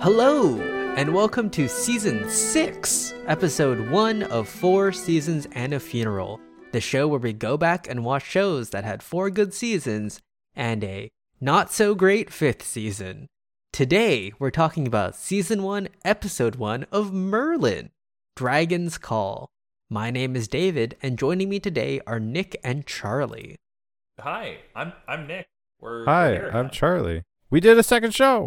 Hello, and welcome to season six, episode one of Four Seasons and a Funeral, the show where we go back and watch shows that had four good seasons and a not so great fifth season. Today, we're talking about season one, episode one of Merlin Dragon's Call. My name is David, and joining me today are Nick and Charlie. Hi, I'm I'm Nick. We're we're Hi, here I'm now. Charlie. We did a second show.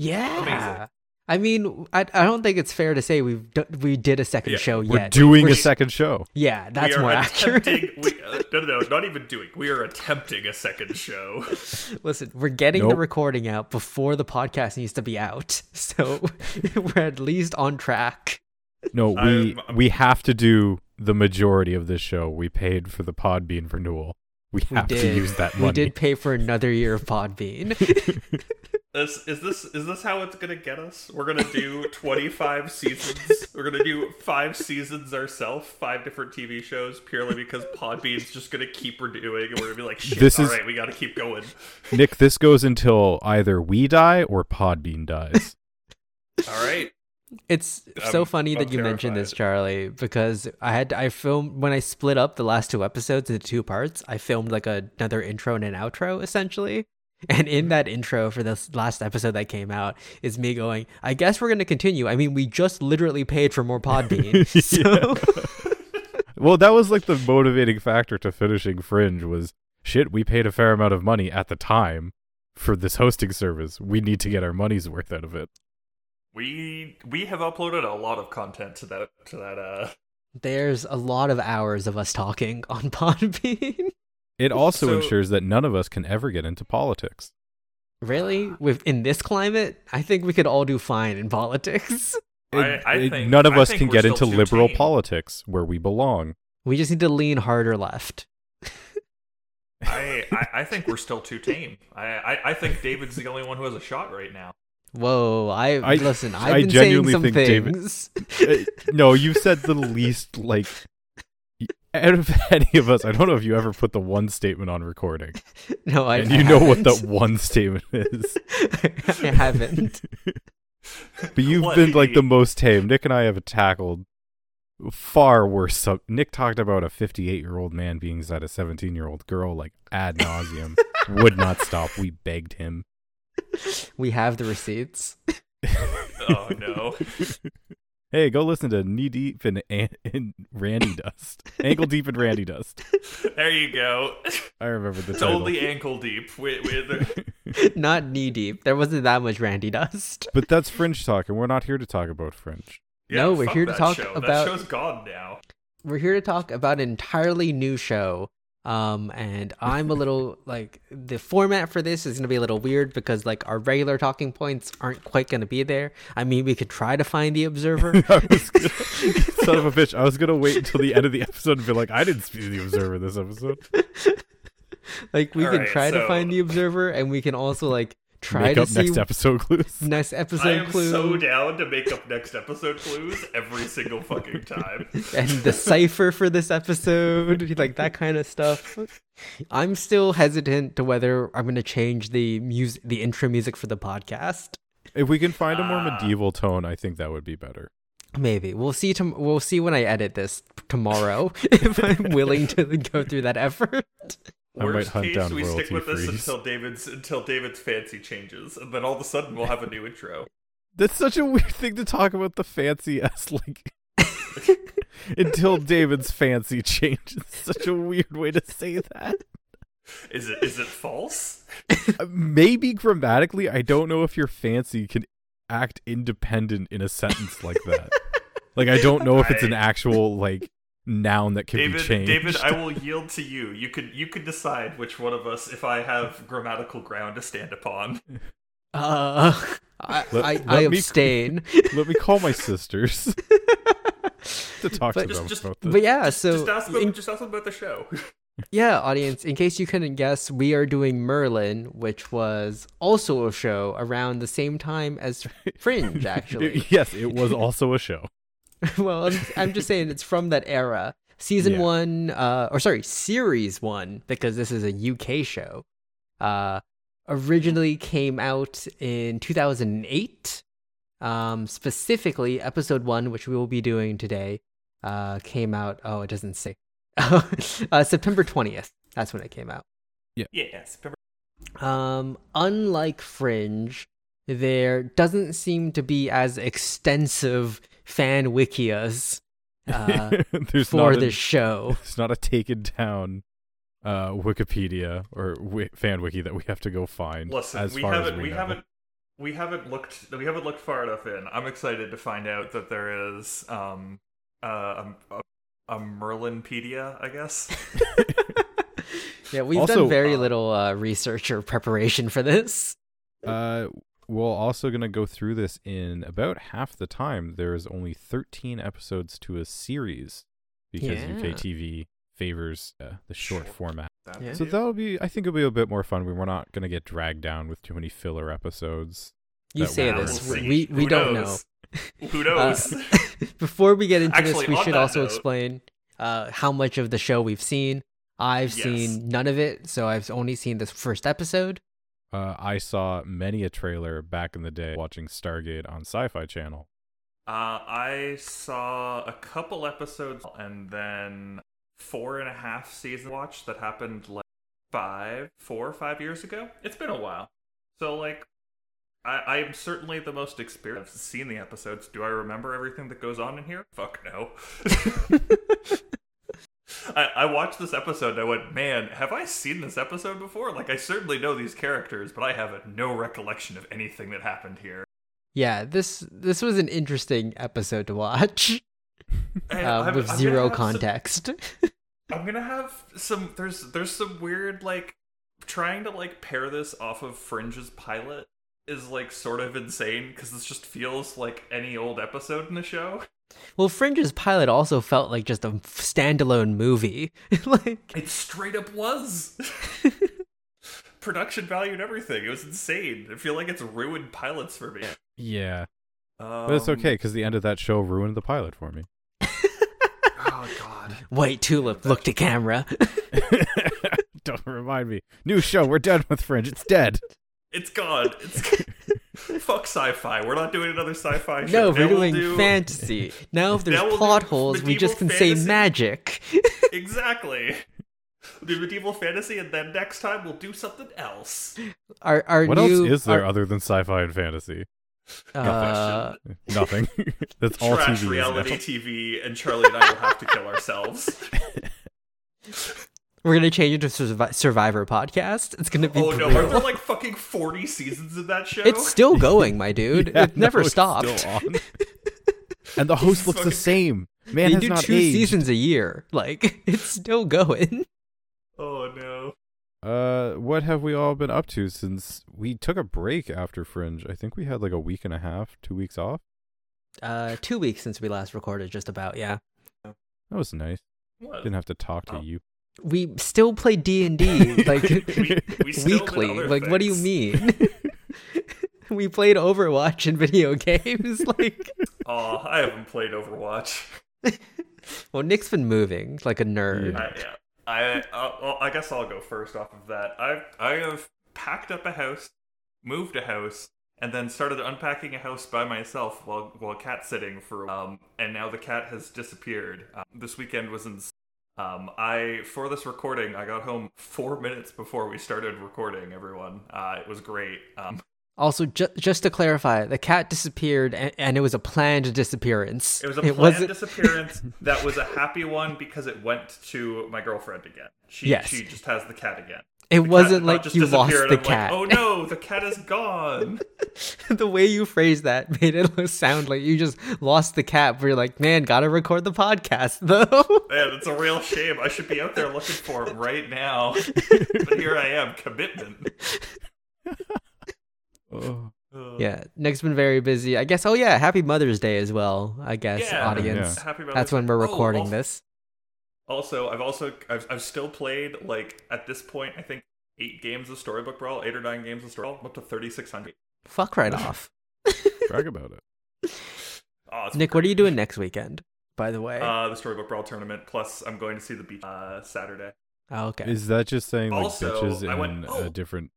Yeah. Amazing. I mean, I, I don't think it's fair to say we've d- we did a second Yeah, show We're yet. doing We're- a second show. yeah, that's we are more accurate. attempting, We, uh, no, no, no, not even doing. We are attempting a second show. Listen, we're getting the Nope. recording out before the podcast needs to be out, so we're at least on track. No, we I'm- I'm- we have to do the majority of this show. We paid for the Podbean renewal. We We have to did. use that money. We did pay for another year of Podbean. This is this is this how it's gonna get us? We're gonna do 25 seasons. We're gonna do five seasons ourselves, five different TV shows, purely because Podbean's just gonna keep renewing, and we're gonna be like, shit. This all is- right, we gotta keep going. Nick, this goes until either we die or Podbean dies. All right. It's so I'm- funny that I'm you mentioned this, terrified. Charlie, because I had I filmed when I split up the last two episodes into two parts. I filmed like a, another intro and an outro, essentially. And in that intro for this last episode that came out is me going, I guess we're going to continue. I mean, we just literally paid for more Podbean. so well, that was like the motivating factor to finishing Fringe was shit, we paid a fair amount of money at the time for this hosting service. We need to get our money's worth out of it. We we have uploaded a lot of content to that to that uh there's a lot of hours of us talking on Podbean. It also So- ensures that none of us can ever get into politics. really? With in this climate, I think we could all do fine in politics. I- I it- think- none of I us think can we're get still into too liberal tame. politics where we belong. We just need to lean harder left. I, I, I think we're still too tame. I, I, I think David's the only one who has a shot right now. Whoa, I, I- listen. I've I been saying genuinely some think David- things. Uh, no, you said the least like y- out of any of us. I don't know if you ever put the one statement on recording, no, I. and I you know what the haven't. one statement is. I haven't. But you've What been like the idiot. most tame. Nick and I have tackled far worse. Sub- Nick talked about a 58 year old man being at a 17 year old girl like ad nauseum. Would not stop. We begged him. We have the receipts. Oh no. Hey, go listen to Knee Deep in, An- in Randy Dust. Ankle Deep in Randy Dust. There you go. I remember the It's title. only ankle deep. We, we, Not knee deep. There wasn't that much Randy dust. But that's Fringe talk, and we're not here to talk about Fringe. yeah, No, we're fuck here to that talk show. about- that show's gone now. We're here to talk about an entirely new show. Um, and I'm a little like the format for this is gonna be a little weird because like our regular talking points aren't quite gonna be there. I mean, we could try to find the observer. I was gonna- son of a bitch, I was gonna wait until the end of the episode and be like, I didn't speak to the observer this episode. like we All can right, try to so- find the observer, and we can also like try Make to up see next episode clues. next I episode am clue so down to make up next episode clues every single fucking time. and the cipher for this episode, like that kind of stuff. I'm still hesitant to whether I'm going to change the music, the intro music for the podcast. If we can find a more Ah. medieval tone, I think that would be better. Maybe we'll see. Tom- we'll see when I edit this tomorrow if I'm willing to go through that effort. I might Worst hunt case, down we stick royalty with this freeze. until David's until David's fancy changes, and then all of a sudden we'll have a new intro. That's such a weird thing to talk about the fancy ass like until David's fancy changes. Such a weird way to say that. Is it is it false? Uh, maybe grammatically i don't know if your fancy can act independent in a sentence like that like i don't know if it's an I- actual like noun that can be David, changed David, I will yield to you. You could you could decide which one of us, if I have grammatical ground to stand upon. Uh, I, Let- I, let I me- abstain. let me call my sisters to talk to Just- them just- about this But yeah, so just ask them. in- just ask them about the show. Yeah, audience, in case you couldn't guess, we are doing Merlin, which was also a show around the same time as Fringe, actually. It- yes it was also a show well, I'm, I'm just saying it's from that era. Season Yeah. one, uh, or sorry, series one, because this is a UK show, uh, originally came out in 2008 Um, specifically, episode one, which we will be doing today, uh, came out. Oh, it doesn't say. uh, September 20th. That's when it came out. Yeah, September. Um, unlike Fringe, there doesn't seem to be as extensive fan wikias uh, There's for not this a, show. It's not a taken down uh, Wikipedia or wi- fan wiki that we have to go find. Listen, as we far as haven't we, know. haven't we haven't looked we haven't looked far enough in. I'm excited to find out that there is um uh, a, a, a Merlinpedia, I guess. Yeah, we've Also, done very uh, little uh, research or preparation for this. Uh, we're also going to go through this in about half the time. There is only 13 episodes to a series because Yeah. UK TV favors uh, the short Short. format. That Yeah. So too. that'll be, I think it'll be a bit more fun. We- We're not going to get dragged down with too many filler episodes. You That say we will this, see. we we Who don't know. knows? Who knows? Before we get into Actually, this, we on should that also note- explain uh, how much of the show we've seen. I've Yes. seen none of it, so I've only seen this first episode. Uh, I saw many a trailer back in the day watching Stargate on Sci Fi Channel. Uh, I saw a couple episodes and then four and a half season watch that happened like five, four or five years ago. It's been a while. So, like, I, I am certainly the most experienced. I've seen the episodes. Do I remember everything that goes on in here? Fuck no. I, I watched this episode and I went, man, have I seen this episode before? Like, I certainly know these characters, but I have no recollection of anything that happened here. Yeah, this this was an interesting episode to watch And uh, I'm- I'm with gonna zero have some- context. I'm gonna have some. There's there's some weird like trying to like pair this off of Fringe's pilot is like sort of insane because this just feels like any old episode in the show. well, Fringe's pilot also felt like just a standalone movie. like, It straight up was. Production value and everything. It was insane. I feel like it's ruined pilots for me. Yeah. Um, But it's okay because the end of that show ruined the pilot for me. Oh god. White Tulip looked to camera. Don't remind me. New show. We're done with Fringe. It's dead. It's gone. It's fuck sci-fi. We're not doing another sci-fi. no, show. we're Now we'll doing do- fantasy. Now, if there's Now we'll do plot holes, we just can medieval say fantasy. magic. Exactly. We'll do medieval fantasy, and then next time we'll do something else. Our our what new else is there our- other than sci-fi and fantasy? Uh, Nothing. That's all Trash TV. is reality now. TV, and Charlie and I will have to kill ourselves. we're gonna change it to survi- Survivor podcast. It's gonna be oh no, brutal. are there like fucking forty seasons in that show? It's still going, my dude. Yeah, it never no, it's still stopped. on. and the host looks the fucking- same. Man They has do not two aged. seasons a year. Like it's still going. oh no. Uh, what have we all been up to since we took a break after Fringe? I think we had like a week and a half, two weeks off. Uh, two weeks since we last recorded, just about. Yeah, That was nice. What? Didn't have to talk to Oh. you. we still play D and D like We, we still did weekly. other Like, what do you things. mean? we played Overwatch and video games. Like, Aw, I haven't played Overwatch. well, Nick's been moving like a nerd. I, yeah. I, uh, well, I guess I'll go first off of that. I, I have packed up a house, moved a house, and then started unpacking a house by myself while while cat sitting for um. And now the cat has disappeared. Um, this weekend was in. Um, I for this recording, I got home four minutes before we started recording. Everyone, uh, it was great. Um, Also, ju- just to clarify, the cat disappeared, and, and it was a planned disappearance. it was a planned disappearance. that was a happy one because it went to my girlfriend again. She Yes. she just has the cat again. It The cat did wasn't not like just you lost disappear, and the I'm cat. Like, oh no, the cat is gone. the way you phrased that made it look- sound like you just lost the cat. But you're like, man, gotta record the podcast though. Man, it's a real shame. I should be out there looking for him right now. but here I am, commitment. Oh. Uh, yeah, Nick's been very busy. I guess. Oh yeah, happy Mother's Day as well. I guess yeah, audience. Yeah. Happy about That's this. when we're Oh, recording also, this. Also, I've also I've, I've still played like at this point I think eight games of Storybook Brawl, eight or nine games of Storybook Brawl, I'm up to thirty six hundred. Fuck right off, Brag about it. Oh, it's Nick. What are you doing next weekend? By the way. Uh, the Storybook Brawl tournament. Plus, I'm going to see the beach uh, Saturday. oh, okay. Is that just saying like Also, bitches I in went- a oh. different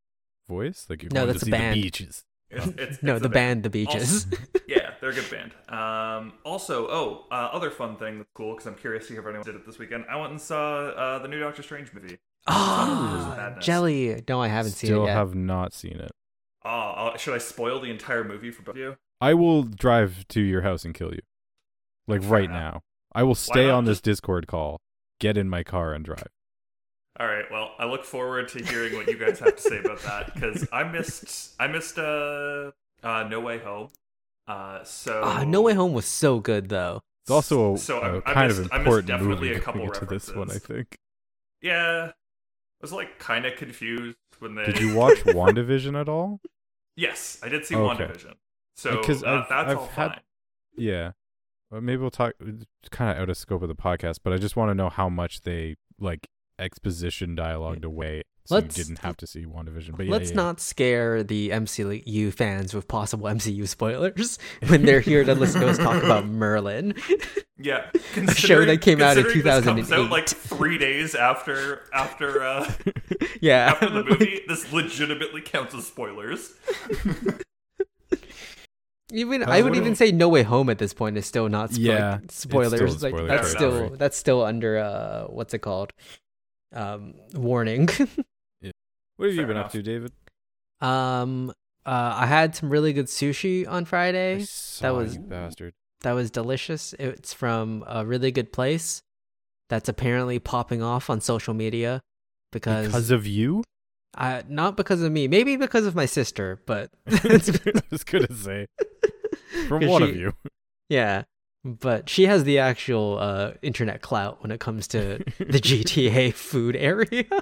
voice? Like you're No, going that's to a see band. the beaches. It's, it's, no, it's the a bit- band, the Beaches. Yeah, they're a good band. Um, also, oh, uh, other fun thing that's cool because I'm curious to hear if anyone did it this weekend. I went and saw uh, the new Doctor Strange movie. Multiverse of Ah, Madness. jelly. No, I haven't seen Still it yet. have not seen it. Oh, I'll- should I spoil the entire movie for both of you? I will drive to your house and kill you. Like Fair right enough. now. I will stay not on this just- Discord call, get in my car and drive. All right. Well, I look forward to hearing what you guys have to say about that because I missed I missed uh, uh No Way Home. Uh, so Ah, no Way Home was so good though. It's also a, So I- a I kind of missed- I missed important definitely a movie couple going into this one, I references. think. Yeah, I was like kind of confused when they. Did you watch WandaVision at all? Yes, I did see Okay. WandaVision. So Because that- I've- that's I've all had- fine. Yeah. Well, maybe we'll talk it's kind of out of scope of the podcast, but I just want to know how much they like exposition dialogued away so Let's- you didn't have to see WandaVision. But Oh, yeah, Let's yeah. not scare the MCU fans with possible MCU spoilers when they're here to listen to us talk about Merlin. Yeah, A show that came out in considering this comes out 2008. like three days after after uh, yeah. after the movie. this legitimately counts as spoilers. Even How's I it would going? even say No Way Home at this point is still not spo- Yeah, like, it's still spoilers. a like spoiler that's territory. still that's still under uh what's it called? Um warning. What have you Fair been enough. up to, David? um uh I had some really good sushi on I Friday. saw was- you bastard. That was delicious. It's from a really good place that's apparently popping off on social media because, Because of you? I, not because of me, maybe because of my sister, but I it's was gonna say. From 'Cause one of she- you. Yeah, but she has the actual uh, internet clout when it comes to uh, the GTA food area.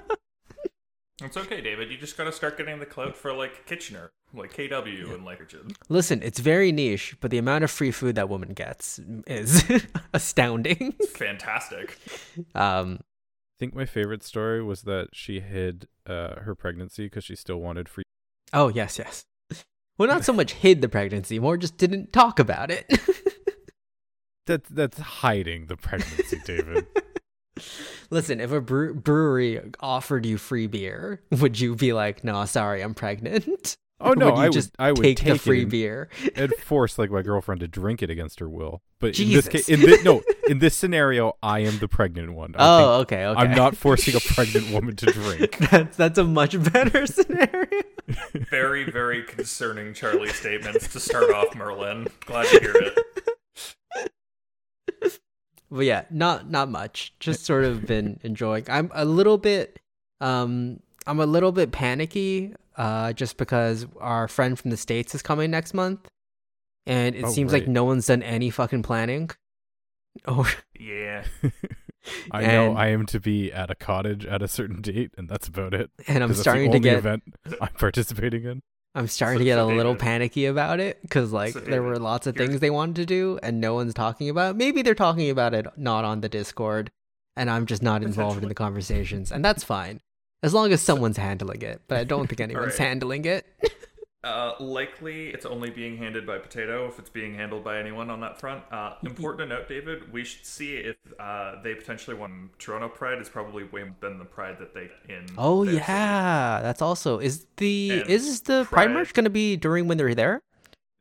It's okay, David. You just gotta start getting the clout for like Kitchener, like KW, and like Listen, it's very niche, but the amount of free food that woman gets is astounding. fantastic. Um, I think my favorite story was that she hid uh, her pregnancy because she still wanted free. oh yes, yes. Well, not so much hid the pregnancy, more just didn't talk about it. That that's hiding the pregnancy, David. Listen, if a bre- brewery offered you free beer, would you be like, "No, sorry, I'm pregnant"? Oh no, would you I would just I would take, take, the free it and, beer? and force like my girlfriend to drink it against her will. But in this Jesus. case, in this, no, in this scenario, I am the pregnant one. I Oh, okay, okay. think uh, I'm not forcing a pregnant woman to drink. that's that's a much better scenario. Very, very concerning Charlie statements to start off, Merlin. Glad to hear it. But yeah, not not much. Just sort of been enjoying. I'm a little bit um I'm a little bit panicky uh just because our friend from the states is coming next month and it Oh, seems like right. no one's done any fucking planning. Oh, Yeah. I And- know I am to be at a cottage at a certain date, and that's about it. and 'Cause I'm that's the starting to only get event I'm participating in. I'm starting So- to get so a little David- panicky about it because like So there were David, lots of here's- things they wanted to do and no one's talking about. it. Maybe they're talking about it not on the Discord, and I'm just not involved in the Potentially. conversations, and that's fine as long as someone's handling it. But I don't think anyone's right. handling it. Uh, likely, it's only being handed by Potato if it's being handled by anyone on that front. Uh, Mm-hmm. important to note, David, we should see if uh, they potentially won. Toronto Pride is probably way more than the Pride that they in. Oh their city. yeah, that's also is the And is the Pride Pride- March going to be during when they're there?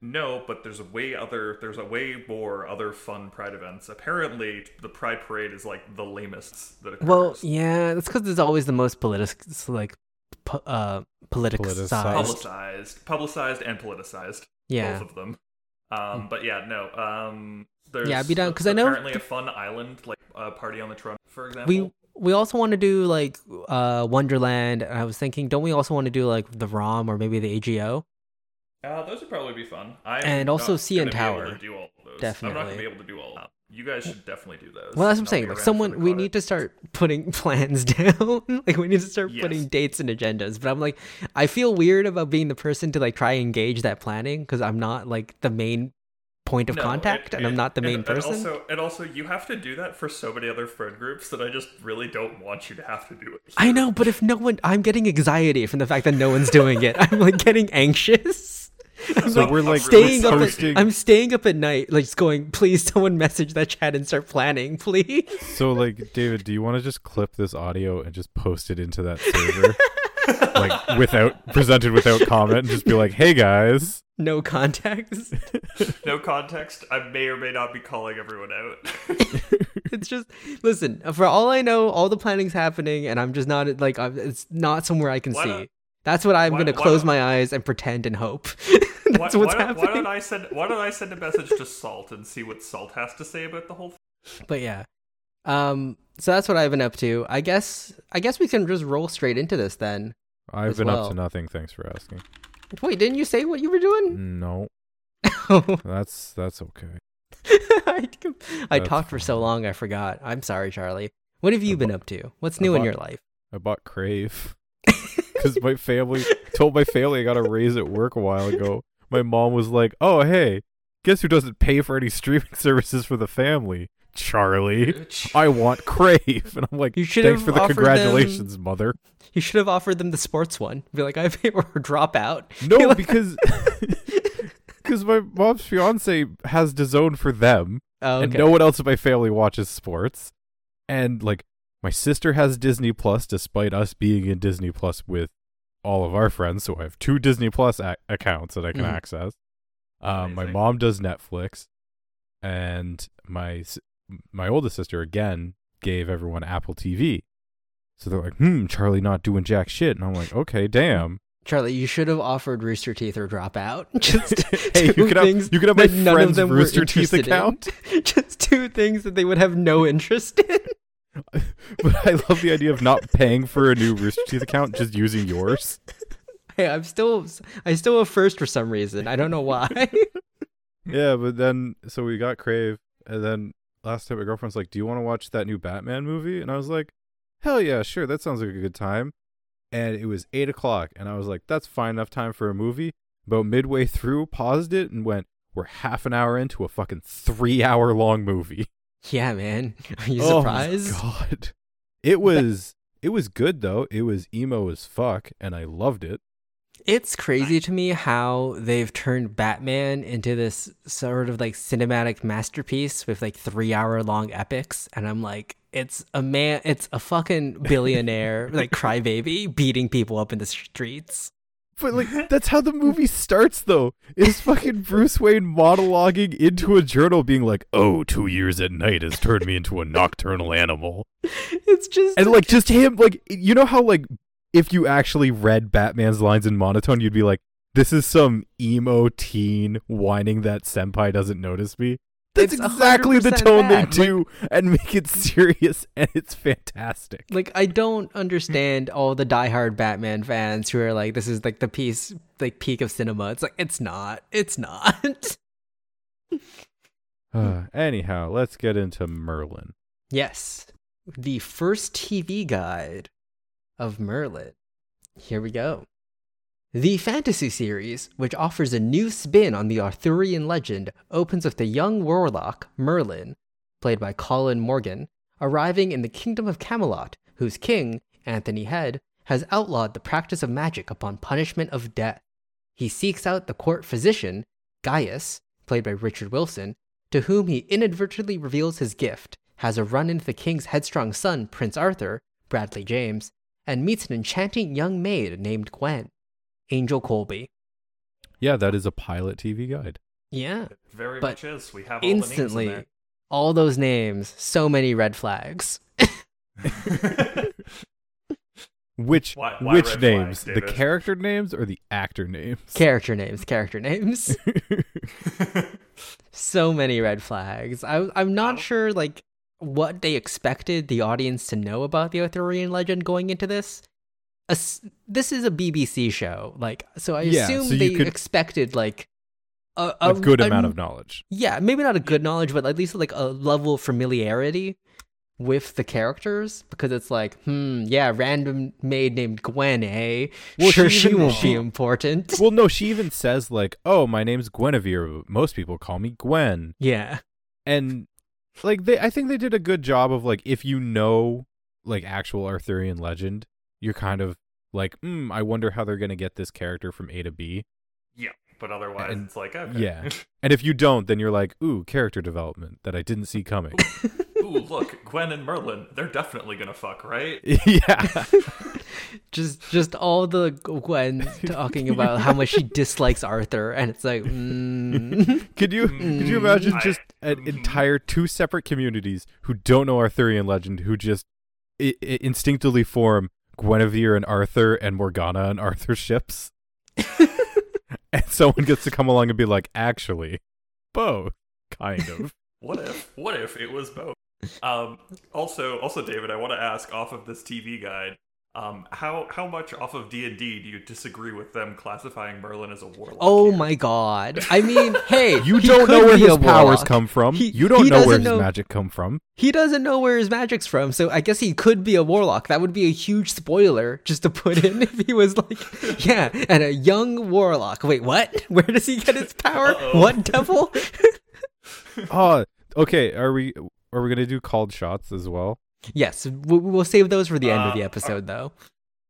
No, but there's a way other. There's a way more other fun Pride events. Apparently, the Pride Parade is like the lamest that occurs. Well, yeah, that's because it's always the most politic like po- uh politicized. Politicized. publicized, publicized, and politicized. Yeah, Mm. both of them. Um, but yeah, no. Um, there's Yeah, I'd be down, a- 'cause I know apparently the- a fun island like uh, party on the Toronto, for example. we we also want to do like uh Wonderland. And I was thinking, don't we also want to do like the ROM or maybe the AGO? Uh, those would probably be fun. I'm And also not CN gonna be able Tower. to do all of those. I'm not Definitely. gonna be able to do all. Of them. You guys should definitely do those. Well, that's what I'm And I'll saying. Like be around for the someone, we cottage. need to start putting plans down. like we need to start Yes. putting dates and agendas. But I'm like, I feel weird about being the person to like try and engage that planning because I'm not like the main point of No, contact it- and I'm not the it- main and person. also, and also, you have to do that for so many other friend groups that I just really don't want you to have to do it. I know, but if no one, I'm getting anxiety from the fact that no one's doing it. I'm like getting anxious. I'm, So we're, like, staying up. hosting- At, I'm staying up at night, like just going, please, someone message that chat and start planning, please. So, like, David, do you want to just clip this audio and just post it into that server? like without presented without comment, and just be like, "Hey guys, No context. No context. I may or may not be calling everyone out. it's just listen. For all I know, all the planning's happening, and I'm just not like I'm, it's not somewhere I can Why see. not- That's what I'm why- gonna why close not- my eyes and pretend and hope. Why- That's what's why, don't- Why happening. don't I send? Why don't I send a message to Salt and see what Salt has to say about the whole? thing? But yeah, um, so that's what I've been up to. I guess I guess we can just roll straight into this then. I've As been well. up to nothing. Thanks for asking." Wait, didn't you say what you were doing? No, Mm. that's that's okay. I, I That's talked for so fine. long, I forgot. I'm sorry, Charlie. What have you been up to? What's new in about- your life? I bought Crave because my family told my family I got a raise at work a while ago. My mom was like, "Oh hey, guess who doesn't pay for any streaming services for the family? Charlie." I want Crave, and I'm like, You should thanks have for the offered congratulations, mother. You should have offered them the sports one. Be like, I pay or drop out. No, because because my mom's fiance has DAZN for them, Oh, and okay. no one else in my family watches sports. And like, my sister has Disney Plus, despite us being in Disney Plus with all of our friends. So I have two Disney Plus ac- accounts that I can Mhm. access. Um, my Amazing. mom does Netflix, and my s- my oldest sister again gave everyone Apple TV. So they're like, "Hmm, Charlie not doing jack shit," and I'm like, "Okay, damn." Charlie, you should have offered Rooster Teeth or drop out. Just Hey, you two could have- things you could have my that none of friend's them were Rooster Teeth interested in. account. Just two things that they would have no interest in. but I love the idea of not paying for a new Rooster Teeth account, just using yours. Hey, I'm still I still have first for some reason. I don't know why. Yeah, but then so we got Crave, and then last time my girlfriend's like, "Do you want to watch that new Batman movie?" And I was like, "Hell yeah, sure. That sounds like a good time." And it was eight o'clock, and I was like, "That's fine enough time for a movie." About midway through, paused it and went, "We're half an hour into a fucking three-hour-long movie." yeah, man. Are you Oh my surprised? God, it was it was good though. It was emo as fuck, and I loved it. It's crazy to me how they've turned Batman into this sort of like cinematic masterpiece with like three hour long epics. And I'm like, it's a man, it's a fucking billionaire, like crybaby, beating people up in the streets. But like that's how the movie starts though. Is fucking Bruce Wayne monologuing into a journal being like, "Oh, two years at night has turned me into a nocturnal animal." It's just, And like just him like you know how like if you actually read Batman's lines in monotone, you'd be like, "This is some emo teen whining that senpai doesn't notice me." That's It's exactly the 100% tone that, they do and make it serious and it's fantastic. like, I don't understand all the diehard Batman fans who are like, this is like the piece, like peak of cinema. It's like, it's not, it's not. Uh, anyhow, let's get into Merlin. Yes, the first TV guide of Merlin. Here we go. The fantasy series, which offers a new spin on the Arthurian legend, opens with the young warlock Merlin, played by Colin Morgan, arriving in the kingdom of Camelot, whose king, Anthony Head, has outlawed the practice of magic upon punishment of death. He seeks out the court physician, Gaius, played by Richard Wilson, to whom he inadvertently reveals his gift, has a run in with the king's headstrong son, Prince Arthur, Bradley James, and meets an enchanting young maid named Gwen, Angel Colby. Yeah, that is a pilot TV guide. Yeah. It very But much is. We have all the Instantly, names all those names, so many red flags. in there. Which Why- why which red flags, names? the David? character names or the actor names? Character names, character names. so many red flags. I, I'm not sure like what they expected the audience to know about the Arthurian legend going into this. As- this is a BBC show, like so. I Yeah, assume so you they could- expected like a, a good amount n- of knowledge. yeah, maybe not a good knowledge, but at least like a level of familiarity with the characters because it's like, hmm, yeah, random maid named Gwen, eh? Well, sure, she she, even- won't she- be important. well, no, she even says like, "Oh, my name's Guinevere, but most people call me Gwen." yeah. And like they I think they did a good job of like if you know like actual Arthurian legend, you're kind of like, "Hmm, I wonder how they're going to get this character from A to B." yeah, but otherwise And- it's like okay. Yeah. And if you don't, then you're like, "Ooh, character development that I didn't see coming." Ooh, look, Gwen and Merlin. They're definitely gonna fuck, right? yeah. just just all the Gwen talking about how much she dislikes Arthur, and it's like, mm. Could you could you imagine I- just an entire two separate communities who don't know Arthurian legend who just I- I- instinctively form Guinevere and Arthur and Morgana and Arthur ships, and someone gets to come along and be like, actually, both kind of. What if? What if it was both? Um, also, also, David, I want to ask off of this TV guide, um, how how much off of D and D do you disagree with them classifying Merlin as a warlock? oh here? my god. I mean, hey, You he don't could know where be his a powers warlock. come from. He- you don't he know where doesn't his know- magic come from. He doesn't know where his magic's from, so I guess he could be a warlock. That would be a huge spoiler just to put in if he was like, yeah, and a young warlock. Wait, what? Where does he get his power? Uh-oh. What devil? Oh, okay. Are we are we gonna do called shots as well? yes, we- we'll save those for the end of the Uh, episode, though.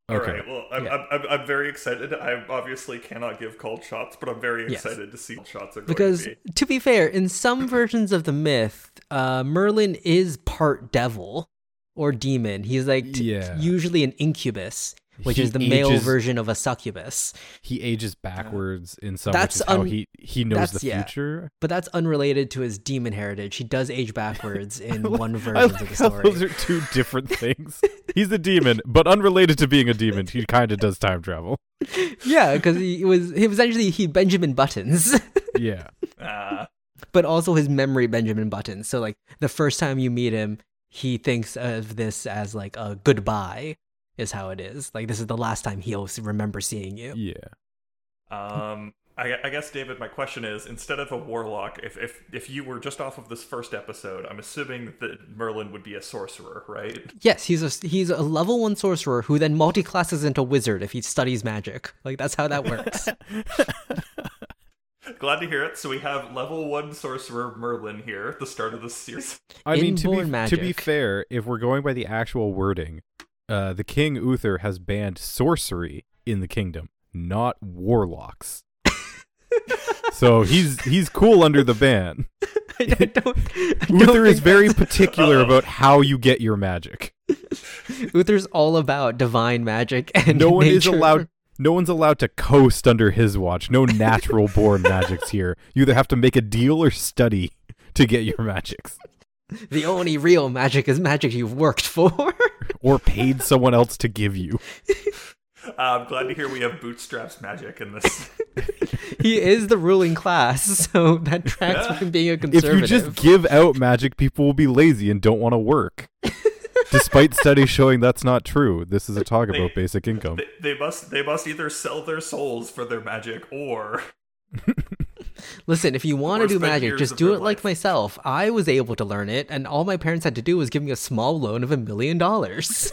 All Okay. right. Well, I'm, Yeah. I'm, I'm, I'm very excited. I obviously cannot give cold shots, but I'm very Yes. excited to see what shots are going Because to be. to be fair, in some versions of the myth, uh, Merlin is part devil or demon. He's like t- Yeah. usually an incubus, which He is the male ages- version of a succubus. He ages backwards in some. That's That's which is how un- he he knows that's- the yeah. future. But that's unrelated to his demon heritage. He does age backwards in I li- one I version like of the how those story. are two different things. He's a demon, but unrelated to being a demon, he kind of does time travel. Yeah, because he was he was actually he Benjamin Buttons, Yeah, Ah, but also his memory Benjamin Buttons. So like the first time you meet him, he thinks of this as like a goodbye is how it is. Like this is the last time he'll s- remember seeing you. yeah. um, I, I guess David, my question is: instead of a warlock, if if if you were just off of this first episode, I'm assuming that Merlin would be a sorcerer, right? Yes, he's a he's a level one sorcerer who then multi-classes into wizard if he studies magic. Like that's how that works. Glad to hear it. So we have level one sorcerer Merlin here at the start of this series. I mean, to be, Inborn to be magic. fair, if we're going by the actual wording, uh, the King Uther has banned sorcery in the kingdom, not warlocks. so he's he's cool under the ban. I don't, I don't Uther is think very that's- particular about how you get your magic. Uther's all about divine magic and no one is nature. allowed no one's allowed to coast under his watch no natural born magics here you either have to make a deal or study to get your magics The only real magic is magic you've worked for. or paid someone else to give you Uh, I'm glad to hear we have bootstraps magic in this. he is the ruling class, so that tracks with him being a if conservative. you just give out magic people will be lazy and don't want to work despite studies showing that's not true this is a talk about basic income They, they must they must either sell their souls for their magic or Listen, if you want to Or do spend magic, years just of do your it like life. myself. I was able to learn it, and all my parents had to do was give me a small loan of a million dollars.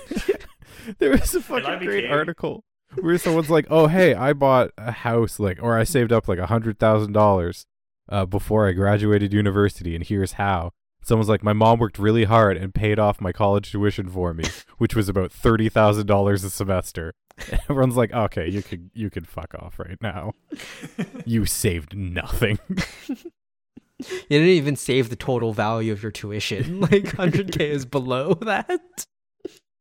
there was a I fucking great became- article where someone's like, "Oh, hey, I bought a house, like, or I saved up like a hundred thousand dollars uh, before I graduated university, and here's how." Someone's like, "My mom worked really hard and paid off my college tuition for me, which was about thirty thousand dollars a semester." Everyone's like, "Okay, you could you could fuck off right now. You saved nothing." You didn't even save the total value of your tuition. Like 100k is below that.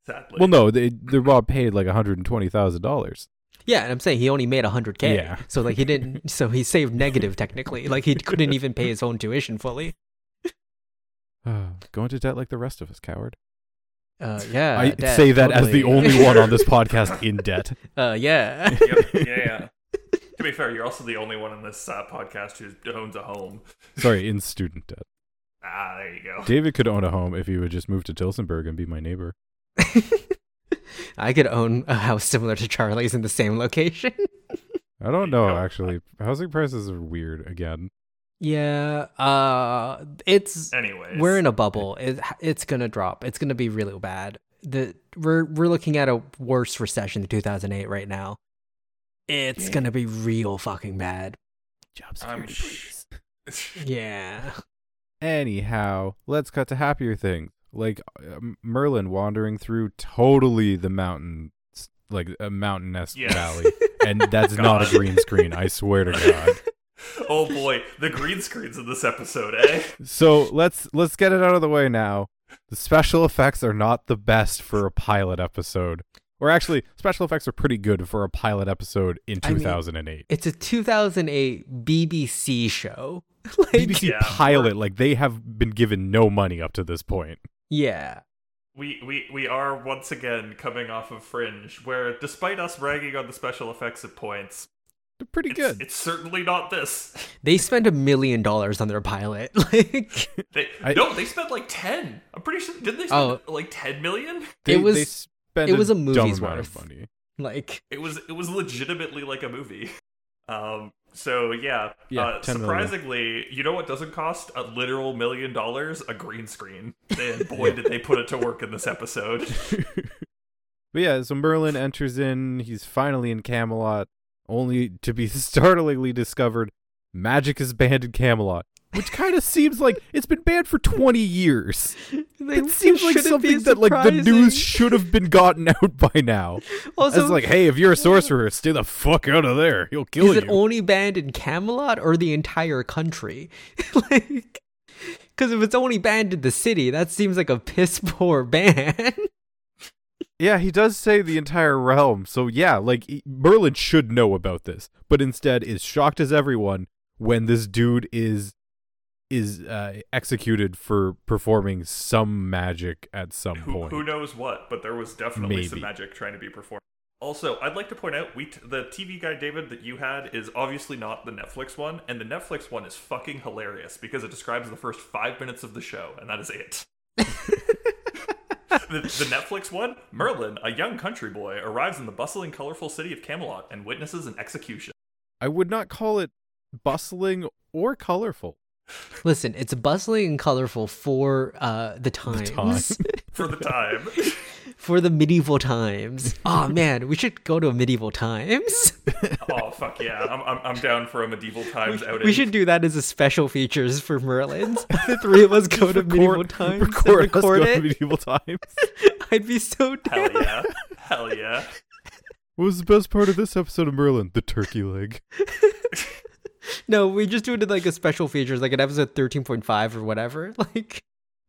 sadly. well, no, they, their mom paid like one hundred and twenty thousand dollars. Yeah, and I'm saying he only made 100k. Yeah. So like he didn't so he saved negative technically. Like he couldn't even pay his own tuition fully. Go into debt like the rest of us, coward. Uh yeah. I debt, say that as the totally. only one on this podcast in debt. uh yeah. Yep, yeah, yeah. to be fair, you're also the only one in this uh, podcast who owns a home. Sorry, in student debt. Ah, there you go. David could own a home if he would just move to Tilsonburg and be my neighbor. I could own a house similar to Charlie's in the same location. I don't know, Yeah. actually. Housing prices are weird again. Yeah, uh it's Anyways, we're in a bubble. It, it's going to drop. It's going to be really bad. The we're we're looking at a worse recession than 2008 right now. It's going to be real fucking bad. Job I'm security, sh- Yeah. Anyhow, let's cut to happier things. Like um, Merlin wandering through totally the mountain, like a mountain esque Yes. valley. And that's not God. a green screen, I swear to God. oh boy, the green screens in this episode, eh? So let's let's get it out of the way now. The special effects are not the best for a pilot episode. Or actually, special effects are pretty good for a pilot episode in I mean, 2008. It's a 2008 BBC show. like, BBC Yeah. pilot, like they have been given no money up to this point. yeah. We, we we are once again coming off of Fringe, where despite us ragging on the special effects at points, They're pretty it's, good. it's certainly not this. They spent a million dollars on their pilot. Like, They I- Oh. no, they spent like ten. I'm pretty sure didn't they spend like ten million? They- it was- they spend it was a dumb movie's amount of worth. money. like It was it was legitimately like a movie. Um. So yeah. Yeah, uh, 10 million. surprisingly, you know what doesn't cost a literal million dollars? A green screen. And boy, did they put it to work in this episode. But yeah, so Merlin enters in. He's finally in Camelot, only to be startlingly discovered magic is banned in Camelot, which kind of seems like it's been banned for 20 years. they- It seems like shouldn't be something that like the news surprising. should have been gotten out by now. also it's like, hey, if you're a sorcerer, stay the fuck out of there. He'll kill is you. it only banned in Camelot or the entire country? like, because if it's only banned in the city, that seems like a piss poor ban. yeah, he does say the entire realm. So yeah, like e- Merlin should know about this, but instead is shocked as everyone when this dude is is uh, executed for performing some magic at some who, point. who knows what, but there was definitely some Maybe. magic trying to be performed. Also, I'd like to point out we t- the TV guy David that you had is obviously not the Netflix one, and the Netflix one is fucking hilarious because it describes the first five minutes of the show, and that is it. the, the Netflix one, Merlin, a young country boy, arrives in the bustling, colorful city of Camelot and witnesses an execution. I would not call it bustling or colorful. Listen, it's bustling and colorful for uh, the times, time. For the time, for the medieval times. Oh man, we should go to medieval times. oh fuck yeah, I'm, I'm, I'm down for a medieval times outing. we should do that as a special features for Merlin's. the three of us go to medieval Record- times. and Record, us record go to it. medieval times. I'd be so Hell down. yeah, hell yeah. what was the best part of this episode of Merlin? The turkey leg. No, we just do it in like a special features, like an episode thirteen point five or whatever. Like.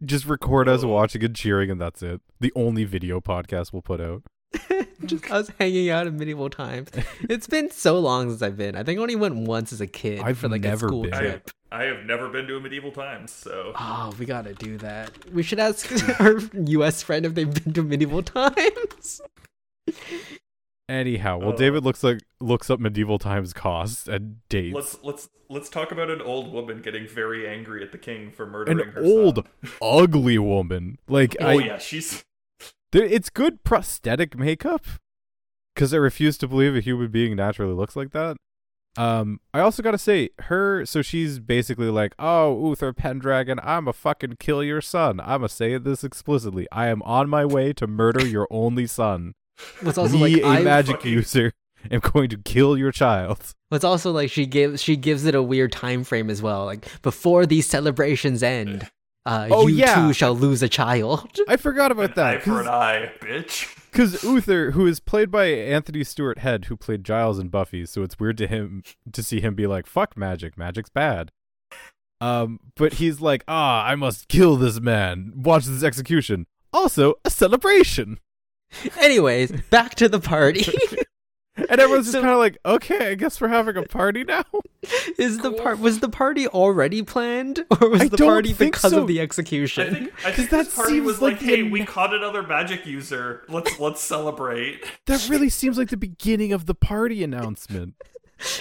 Just record us watching and cheering, and that's it. The only video podcast we'll put out. just us hanging out in medieval times. It's been so long since I've been. I think I only went once as a kid I've for like never a school been. I- trip. I have never been to a medieval times, so Oh, we gotta do that. We should ask our U.S. friend if they've been to medieval times. Anyhow, well, Uh, David looks like looks up medieval times costs and dates. Let's let's let's talk about an old woman getting very angry at the king for murdering An her old, son. ugly woman. Like Oh I, yeah, she's there, it's good prosthetic makeup because I refuse to believe a human being naturally looks like that. Um, I also gotta say, her. So she's basically like, "Oh, Uther Pendragon, I'm a fucking kill your son. I'ma say this explicitly. I am on my way to murder your only son. What's also Me, like a I. magic fucking- user, am going to kill your child." What's also like she gives she gives it a weird time frame as well. Like before these celebrations end, uh, Oh, you yeah. too shall lose a child. I forgot about an eye that. for 'cause- an eye, bitch. Because Uther, who is played by Anthony Stewart Head, who played Giles in Buffy, so it's weird to him to see him be like, "Fuck magic, magic's bad." Um, but he's like, "Ah, I must kill this man. Watch this execution. Also, a celebration." Anyways, back to the party. And everyone's just So- kind of like, "Okay, I guess we're having a party now." Is the part was the party already planned, or was I the don't party think because so. of the I execution? think I think that this party seems was like like, the hey, we ana- caught another magic user. Let's let's celebrate. that really seems like the beginning of the party announcement,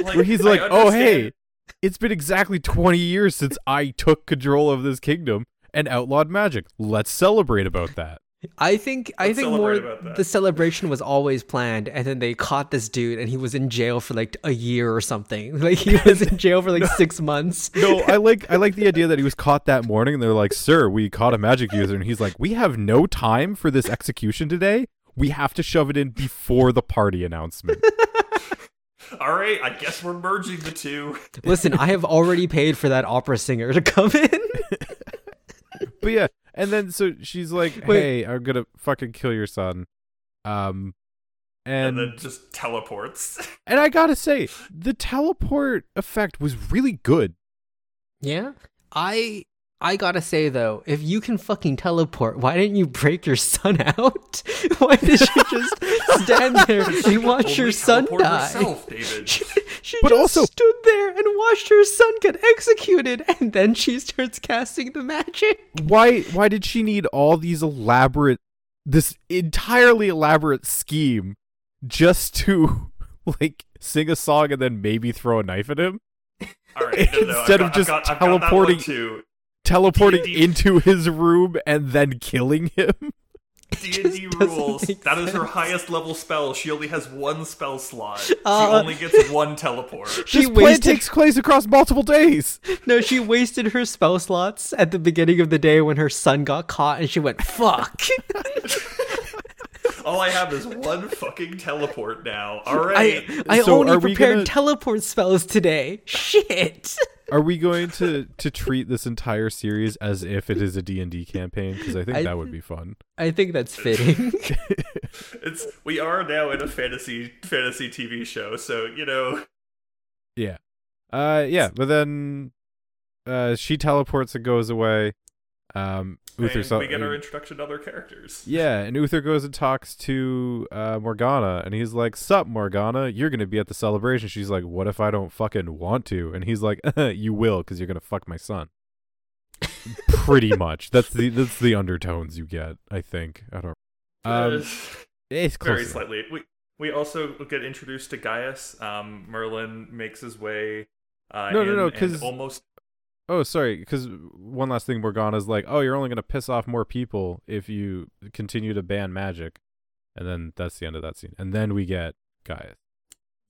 Like, where he's I like, "Oh, hey." understand- It's been exactly 20 years since I took control of this kingdom and outlawed magic. Let's celebrate about that. I think I Let's think celebrate more about that. the celebration was always planned, and then they caught this dude, and he was in jail for like a year or something. Like he was in jail for like six months. No, I like I like the idea that he was caught that morning and they're like, "Sir, we caught a magic user." And he's like, "We have no time for this execution today. We have to shove it in before the party announcement." All right, I guess we're merging the two. Listen, I have already paid for that opera singer to come in. but yeah, and then so she's like, Wait. "Hey, I'm going to fucking kill your son." Um And and then just teleports. and I got to say, the teleport effect was really good. yeah, I I gotta say though, if you can fucking teleport, why didn't you break your son out? why did you just stand there and watch your Only son teleport die? herself, David. She, she But just also- stood there and watched her son get executed, and then she starts casting the magic. why why did she need all these elaborate this entirely elaborate scheme just to like sing a song and then maybe throw a knife at him All right, no, no, I've Instead of got- just I've got, I've got that one teleporting- too. teleporting D&D. into his room and then killing him D&D doesn't rules. make That is her sense. highest level spell. She only has one spell slot. Uh, she only gets one teleport. She this plan wasted- takes place across multiple days No, she wasted her spell slots at the beginning of the day when her son got caught, and she went, "Fuck." All I have is one fucking teleport now. All right. I, I So only are we prepared gonna- teleport spells today. Shit. are we going to to treat this entire series as if it is a d&d campaign because i think I- that would be fun I think that's fitting. It's we are now in a fantasy fantasy TV show, so you know Yeah. Uh yeah, but then uh she teleports and goes away. Um Uther and saw- we get our introduction to other characters. Yeah, and Uther goes and talks to uh Morgana and he's like, "Sup Morgana, you're going to be at the celebration." She's like, "What if I don't fucking want to?" And he's like, "You will cuz you're going to fuck my son." Pretty much. That's the that's the undertones you get, I think. I don't That um, is it's close very enough. slightly. We we also get introduced to Gaius. Um, Merlin makes his way. Uh, No, no, in no, and 'cause- almost Oh, sorry. Because one last thing, Morgana's like, "Oh, you're only going to piss off more people if you continue to ban magic," and then that's the end of that scene. And then we get Gaius.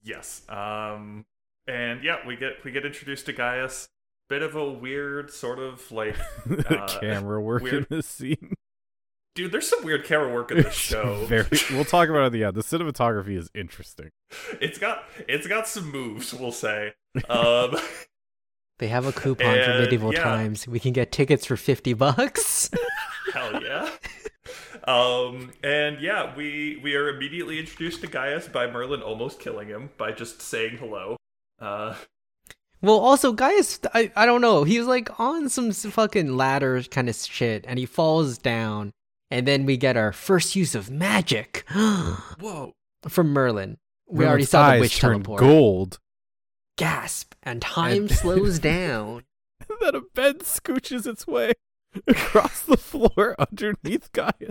Yes. Um and yeah, we get we get introduced to Gaius. Bit of a weird sort of like the Uh, camera work weird. in this scene. dude, there's some weird camera work in this It's show. very- we'll talk about it at the end. The cinematography is interesting. It's got it's got some moves, we'll say. Um They have a coupon for And, medieval yeah. times. We can get tickets for 50 bucks. hell yeah. Um and yeah, we we are immediately introduced to Gaius by Merlin almost killing him by just saying hello. Uh well, also, Gaius, I, I don't know. He's like on some s- fucking ladder kind of shit and he falls down. And then we get our first use of magic whoa. from Merlin. We already Merlin's saw the eyes witch turn teleport. gold. Gasp. And time And- slows down. And then a bed scooches its way across the floor underneath Gaius.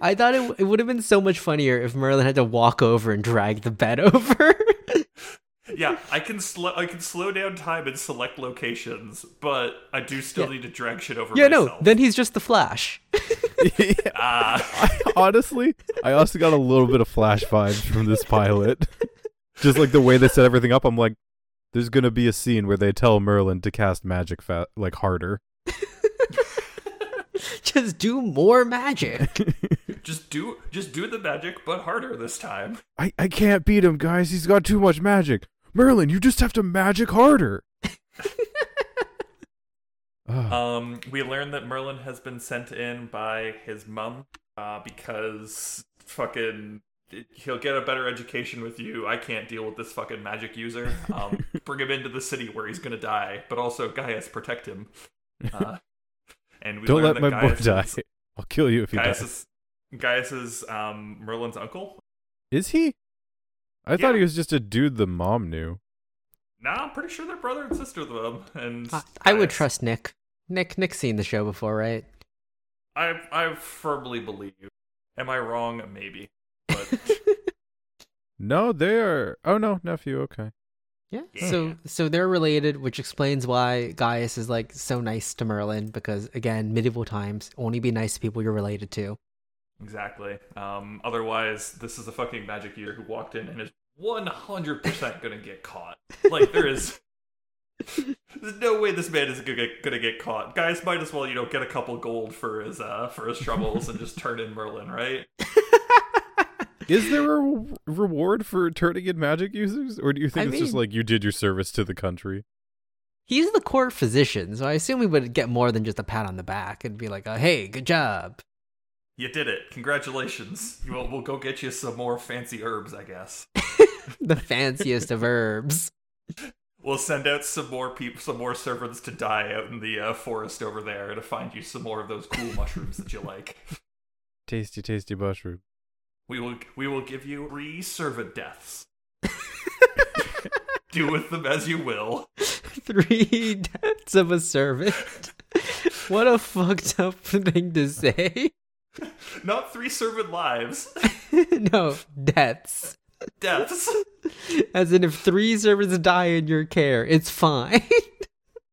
I thought it, w- it would have been so much funnier if Merlin had to walk over and drag the bed over. Yeah, I can slow I can slow down time and select locations, but I do still Yeah. need to drag shit over yeah, myself. no, then he's just the Flash. Ah. I, honestly, I also got a little bit of flash vibes from this pilot. Just like the way they set everything up, I'm like, there's gonna be a scene where they tell Merlin to cast magic fa- like harder. just do more magic. Just do just do the magic, but harder this time. I, I can't beat him, guys. He's got too much magic. Merlin, you just have to magic harder. Ah, Um, we learned that Merlin has been sent in by his mum, uh, because fucking he'll get a better education with you. I can't deal with this fucking magic user. Um, bring him into the city where he's gonna die, but also Gaius protect him. Uh, and we don't learned let my that Gaius boy die. Is, I'll kill you if he Gaius dies. is, Gaius is um Merlin's uncle. Is he? I thought Yeah. he was just a dude the mom knew. Nah, I'm pretty sure they're brother and sister though. And I, I would Gaius- trust Nick. Nick, Nick's seen the show before, right? I I firmly believe. Am I wrong? Maybe. But No, they are. Oh no, nephew. Okay. Yeah. Yeah. So, so they're related, which explains why Gaius is like so nice to Merlin because, again, medieval times, only be nice to people you're related to. exactly. Um, otherwise, this is a fucking magic user who walked in and is 100% gonna get caught. Like there is. There's no way this man is gonna get, gonna get caught. Guys, might as well you know get a couple gold for his uh for his troubles and just turn in Merlin, right? Is there a re- reward for turning in magic users, or do you think I it's just mean- like you did your service to the country? He's the court physician, so I assume he would get more than just a pat on the back. It'd be like, a, hey, good job. You did it. Congratulations. We'll, we'll go get you some more fancy herbs, I guess. The fanciest of herbs. We'll send out some more people, some more servants to die out in the uh, forest over there to find you some more of those cool mushrooms that you like. Tasty, tasty mushroom. We will, we will give you three servant deaths. Do with them as you will. Three deaths of a servant. what a fucked up thing to say. Not three servant lives, no, deaths. deaths. As in, if three servants die in your care, it's fine.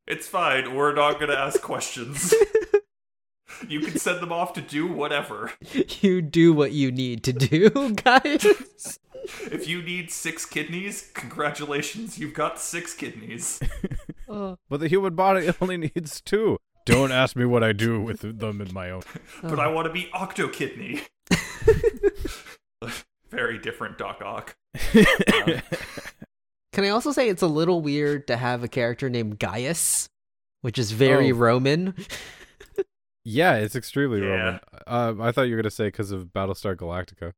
It's fine. We're not going to ask questions. you can send them off to do whatever. you do what you need to do, guys. If you need six kidneys, congratulations, you've got six kidneys. Oh, But the human body only needs two. Don't ask me what I do with them in my own. But I want to be Octo Kidney. Very different Doc Ock. Can I also say it's a little weird to have a character named Gaius, which is very Oh. Roman? yeah, it's extremely Yeah. Roman. Uh, I thought you were gonna say because of Battlestar Galactica.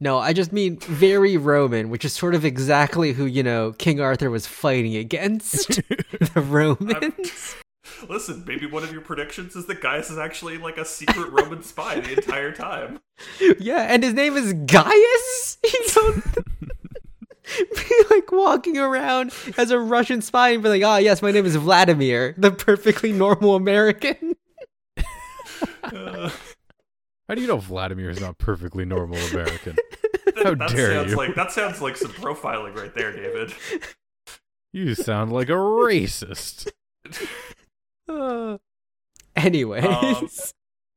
No, I just mean very Roman, which is sort of exactly who, you know, King Arthur was fighting against the Romans. Listen, maybe one of your predictions is that Gaius is actually like a secret Roman spy the entire time. yeah, and his name is Gaius? You don't. Be like walking around as a Russian spy and be like, ah, yes, my name is Vladimir, the perfectly normal American. Uh, How do you know Vladimir is not perfectly normal American? that, How that dare sounds you. like that sounds like some profiling right there, David. You sound like a racist. Uh, anyways, Um,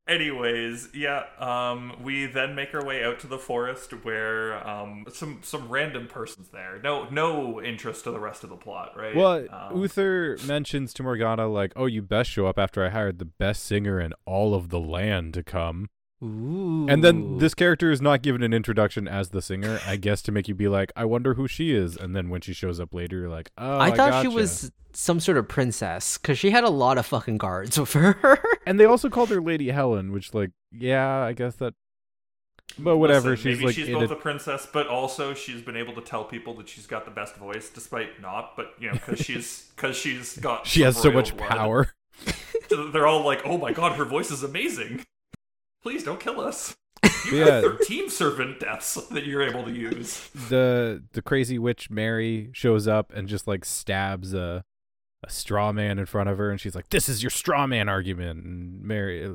Anyways, yeah, um, we then make our way out to the forest where um, some some random person's there. No, no interest to the rest of the plot, right? Well, Um, Uther mentions to Morgana like, "Oh, you best show up after I hired the best singer in all of the land to come." Ooh. Um, And then this character is not given an introduction as the singer, I guess, to make you be like, "I wonder who she is." And then when she shows up later, you're like, "Oh, I thought she gotcha." was some sort of princess because she had a lot of fucking guards with her. And they also called her Lady Helen, which, like, yeah, I guess that. But whatever, listen, she's maybe like she's in both a- a princess, but also she's been able to tell people that she's got the best voice, despite not. But you know, because she's because she's got she has so royal much blood. power. They're all like, "Oh my god, her voice is amazing! Please don't kill us." You Yeah. have thirteen servant deaths that you're able to use. the the crazy witch Mary shows up and just like stabs a a straw man in front of her, and she's like, "This is your straw man argument." And Mary, uh,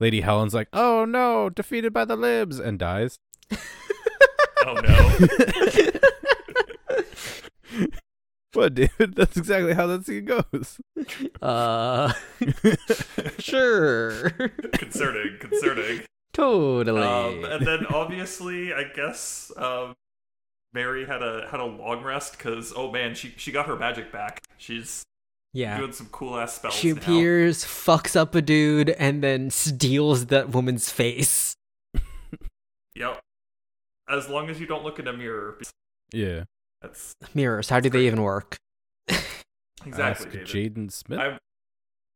Lady Helen's like, "Oh no, defeated by the libs," and dies. Oh no. What, David? That's exactly how that scene goes. uh, sure, concerning, concerning. totally. Um, and then obviously, I guess um, Mary had a had a long rest because oh man, she she got her magic back. She's yeah, doing some cool ass spells. she now. appears, fucks up a dude, and then steals that woman's face. Yep. As long as you don't look in a mirror, Yeah, that's Mirrors, how do they even work? exactly. Ask David. Jaden Smith. I, I would,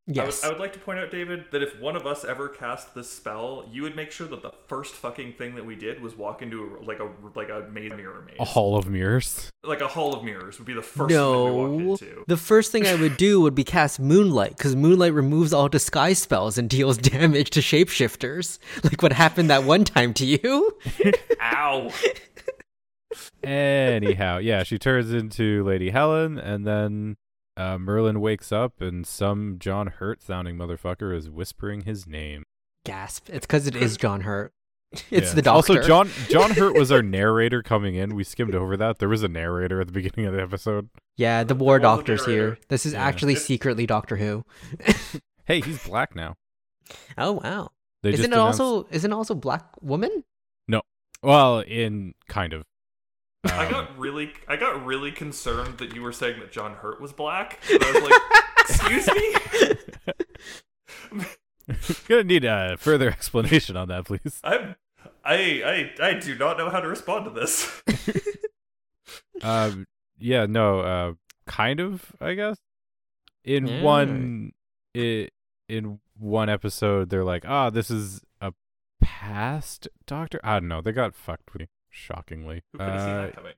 Yes, I would like to point out, David, that if one of us ever cast this spell, you would make sure that the first fucking thing that we did was walk into a, like a like a maze mirror maze, a hall of mirrors. like a hall of mirrors would be the first thing that we no. walked into. The first thing I would do would be cast Moonlight, because Moonlight removes all disguise spells and deals damage to shapeshifters, like what happened that one time to you. Ow! Anyhow, yeah, she turns into Lady Helen, and then uh, Merlin wakes up, and some John Hurt sounding motherfucker is whispering his name. Gasp! It's because it is John Hurt. It's Yeah. the doctor. Also, John John Hurt was our narrator coming in. We skimmed over that. There was a narrator at the beginning of the episode. Yeah, the The war old doctor's narrator. here. This is Yeah. actually It- secretly Doctor Who. Hey, he's black now. Oh wow! They isn't just it also isn't it also black woman? announced- well in kind of. I Um, got really, I got really concerned that you were saying that John Hurt was black. And I was like, excuse me, Um, gonna need a further explanation on that, please. I'm, I, I, I do not know how to respond to this. Um, yeah, no, uh, kind of, I guess. In Yeah. one, i in one episode, they're like, "Ah, this is a past doctor." I don't know. They got fucked with me, shockingly. Who could have seen Uh, that coming?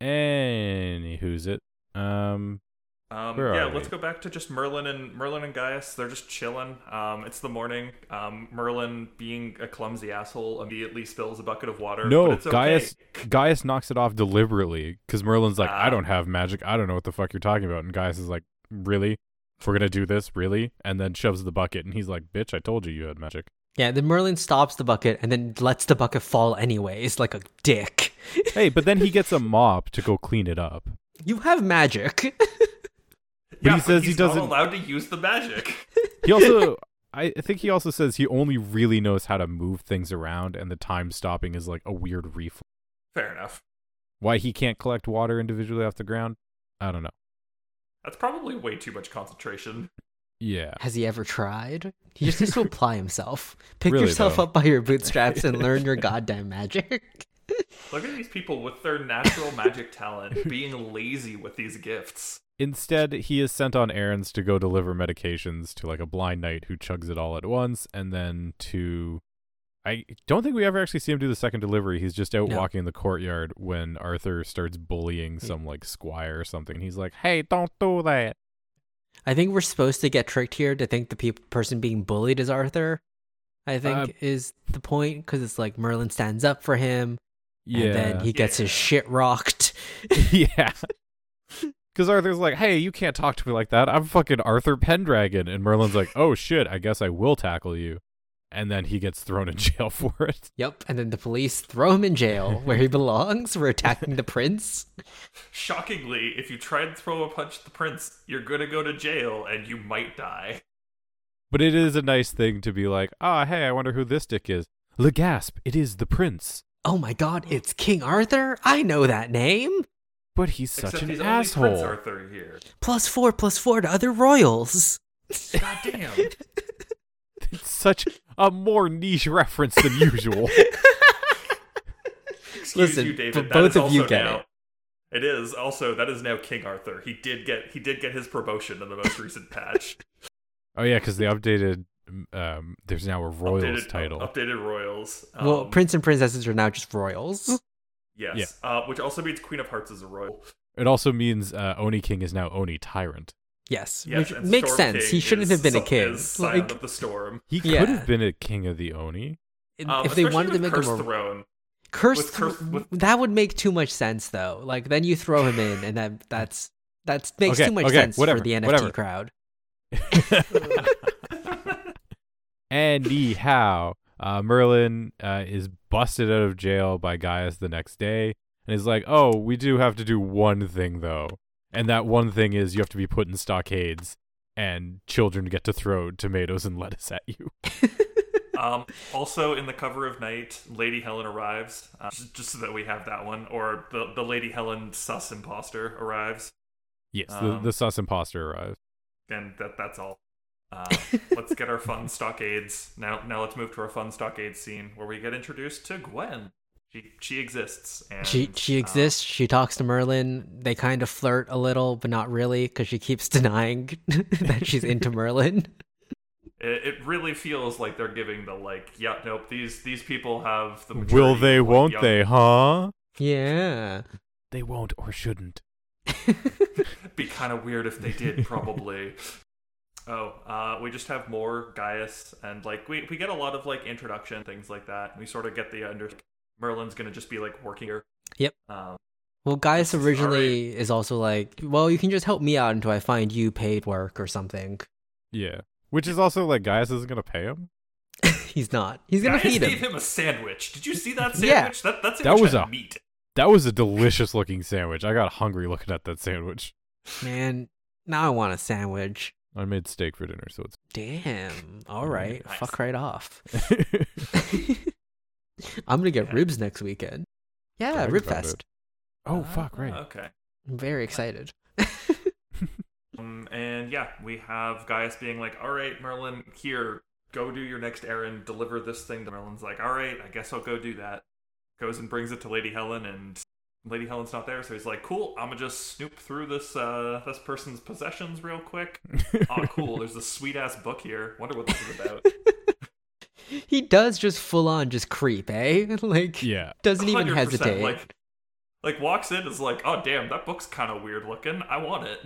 Anywho's it. Um Um, Where yeah, are let's we? go back to just Merlin and Merlin and Gaius. They're just chilling. Um, it's the morning. Um, Merlin, being a clumsy asshole, immediately spills a bucket of water. No, but it's okay. Gaius Gaius knocks it off deliberately because Merlin's like, I Ah. don't have magic. I don't know what the fuck you're talking about. And Gaius is like, Really? We're gonna do this, really? And then shoves the bucket, and he's like, Bitch, I told you you had magic. Yeah, then Merlin stops the bucket and then lets the bucket fall anyways, like a dick. hey, but then he gets a mop to go clean it up. You have magic. Yeah, he but says he he's not doesn't- allowed to use the magic. He also, I I think he also says he only really knows how to move things around, and the time stopping is like a weird reflex. Fair enough. Why he can't collect water individually off the ground, I don't know. That's probably way too much concentration. Yeah. Has he ever tried? He just needs to apply himself. Pick Really, yourself though. up by your bootstraps and learn your goddamn magic. Look at these people with their natural magic talent being lazy with these gifts. Instead, he is sent on errands to go deliver medications to like a blind knight who chugs it all at once, and then to. I don't think we ever actually see him do the second delivery. He's just out No. walking in the courtyard when Arthur starts bullying some like squire or something. And he's like, "Hey, don't do that." I think we're supposed to get tricked here to think the peop person being bullied is Arthur. I think Uh, is the point because it's like Merlin stands up for him, Yeah. and then he gets his Yeah. shit rocked. yeah. Because Arthur's like, hey, you can't talk to me like that. I'm fucking Arthur Pendragon. And Merlin's like, oh shit, I guess I will tackle you. And then he gets thrown in jail for it. Yep, and then the police throw him in jail where he belongs for attacking the prince. Shockingly, if you try and throw a punch at the prince, you're gonna go to jail and you might die. But it is a nice thing to be like, ah, hey, I wonder who this dick is. Legasp, it is the prince. Oh my god, it's King Arthur? I know that name. But he's such Except an he's asshole. Only prince Arthur here. Plus four, plus four to other royals. God damn. It's such a more niche reference than usual. Excuse Listen, you, David. but that is both of you also get now- it. It is also that is now King Arthur. He did get he did get his promotion in the most recent patch. oh, yeah, because they updated, um, there's now a Royals updated, title. Updated Royals. Um, well, prince and princesses are now just royals. Yes. Uh, which also means Queen of Hearts is a royal. It also means uh, Oni King is now Oni Tyrant. Yes, which Yes, and makes Storm sense. King he shouldn't is have been a Sol- king. Is Scion Like, of the Storm. He Yeah. could have been a king of the Oni. Um, if they especially wanted to with make him Cursed a Throne, cursed, with curse- with- that would make too much sense though. Like then you throw him in, and that that's that makes Okay, too much okay, sense whatever, for the NFT whatever. crowd. Anyhow, uh, Merlin uh, is busted out of jail by Gaius the next day and is like, oh, we do have to do one thing though. And that one thing is you have to be put in stockades and children get to throw tomatoes and lettuce at you. um, also in the cover of Night, Lady Helen arrives. Uh, just, just so that we have that one, or the the Lady Helen sus imposter arrives, Yes, Um, the, the sus imposter arrives. and that that's all. Uh, let's get our fun stockades now. Now let's move to our fun stockades scene where we get introduced to Gwen. She she exists. And, She she uh, exists. she talks to Merlin. They kind of flirt a little, but not really, because she keeps denying that she's into Merlin. it, it really feels like they're giving the like, yeah, nope. These these people have the Will maturity they, of, like, won't young- they, huh? Yeah. They won't or shouldn't. Be kind of weird if they did, probably. oh, uh, we just have more Gaius, and like we we get a lot of like introduction things like that. We sort of get the under Merlin's gonna just be like working here. Yep. Um, Well, Gaius This is originally is also like, well, you can just help me out until I find you paid work or something. Yeah. Which is also like Gaius isn't going to pay him. He's not. He's gonna Gaius feed gave him. him a sandwich. Did you see that sandwich? Yeah. That that, sandwich was had a- meat. That was a delicious looking sandwich. I got hungry looking at that sandwich. Man, now I want a sandwich. I made steak for dinner, so Damn. All right. Mm, Nice. Fuck right off. it's. I'm gonna get Yeah. ribs next weekend. Yeah, Talk rib about fest. oh fuck! Ah, Right. Okay. I'm very excited. Um, and yeah, we have Gaius being like, "All right, Merlin, here, go do your next errand, deliver this thing." To Merlin's like, "All right, I guess I'll go do that." Goes and brings it to Lady Helen, and Lady Helen's not there, so he's like, "Cool, I'ma just snoop through this uh, this person's possessions real quick." oh, cool, there's a sweet ass book here. Wonder what this is about. He does just full on just creep, eh? Like yeah. doesn't even 100%, hesitate. Like, like walks in is like, "Oh damn, that book's kind of weird looking. I want it."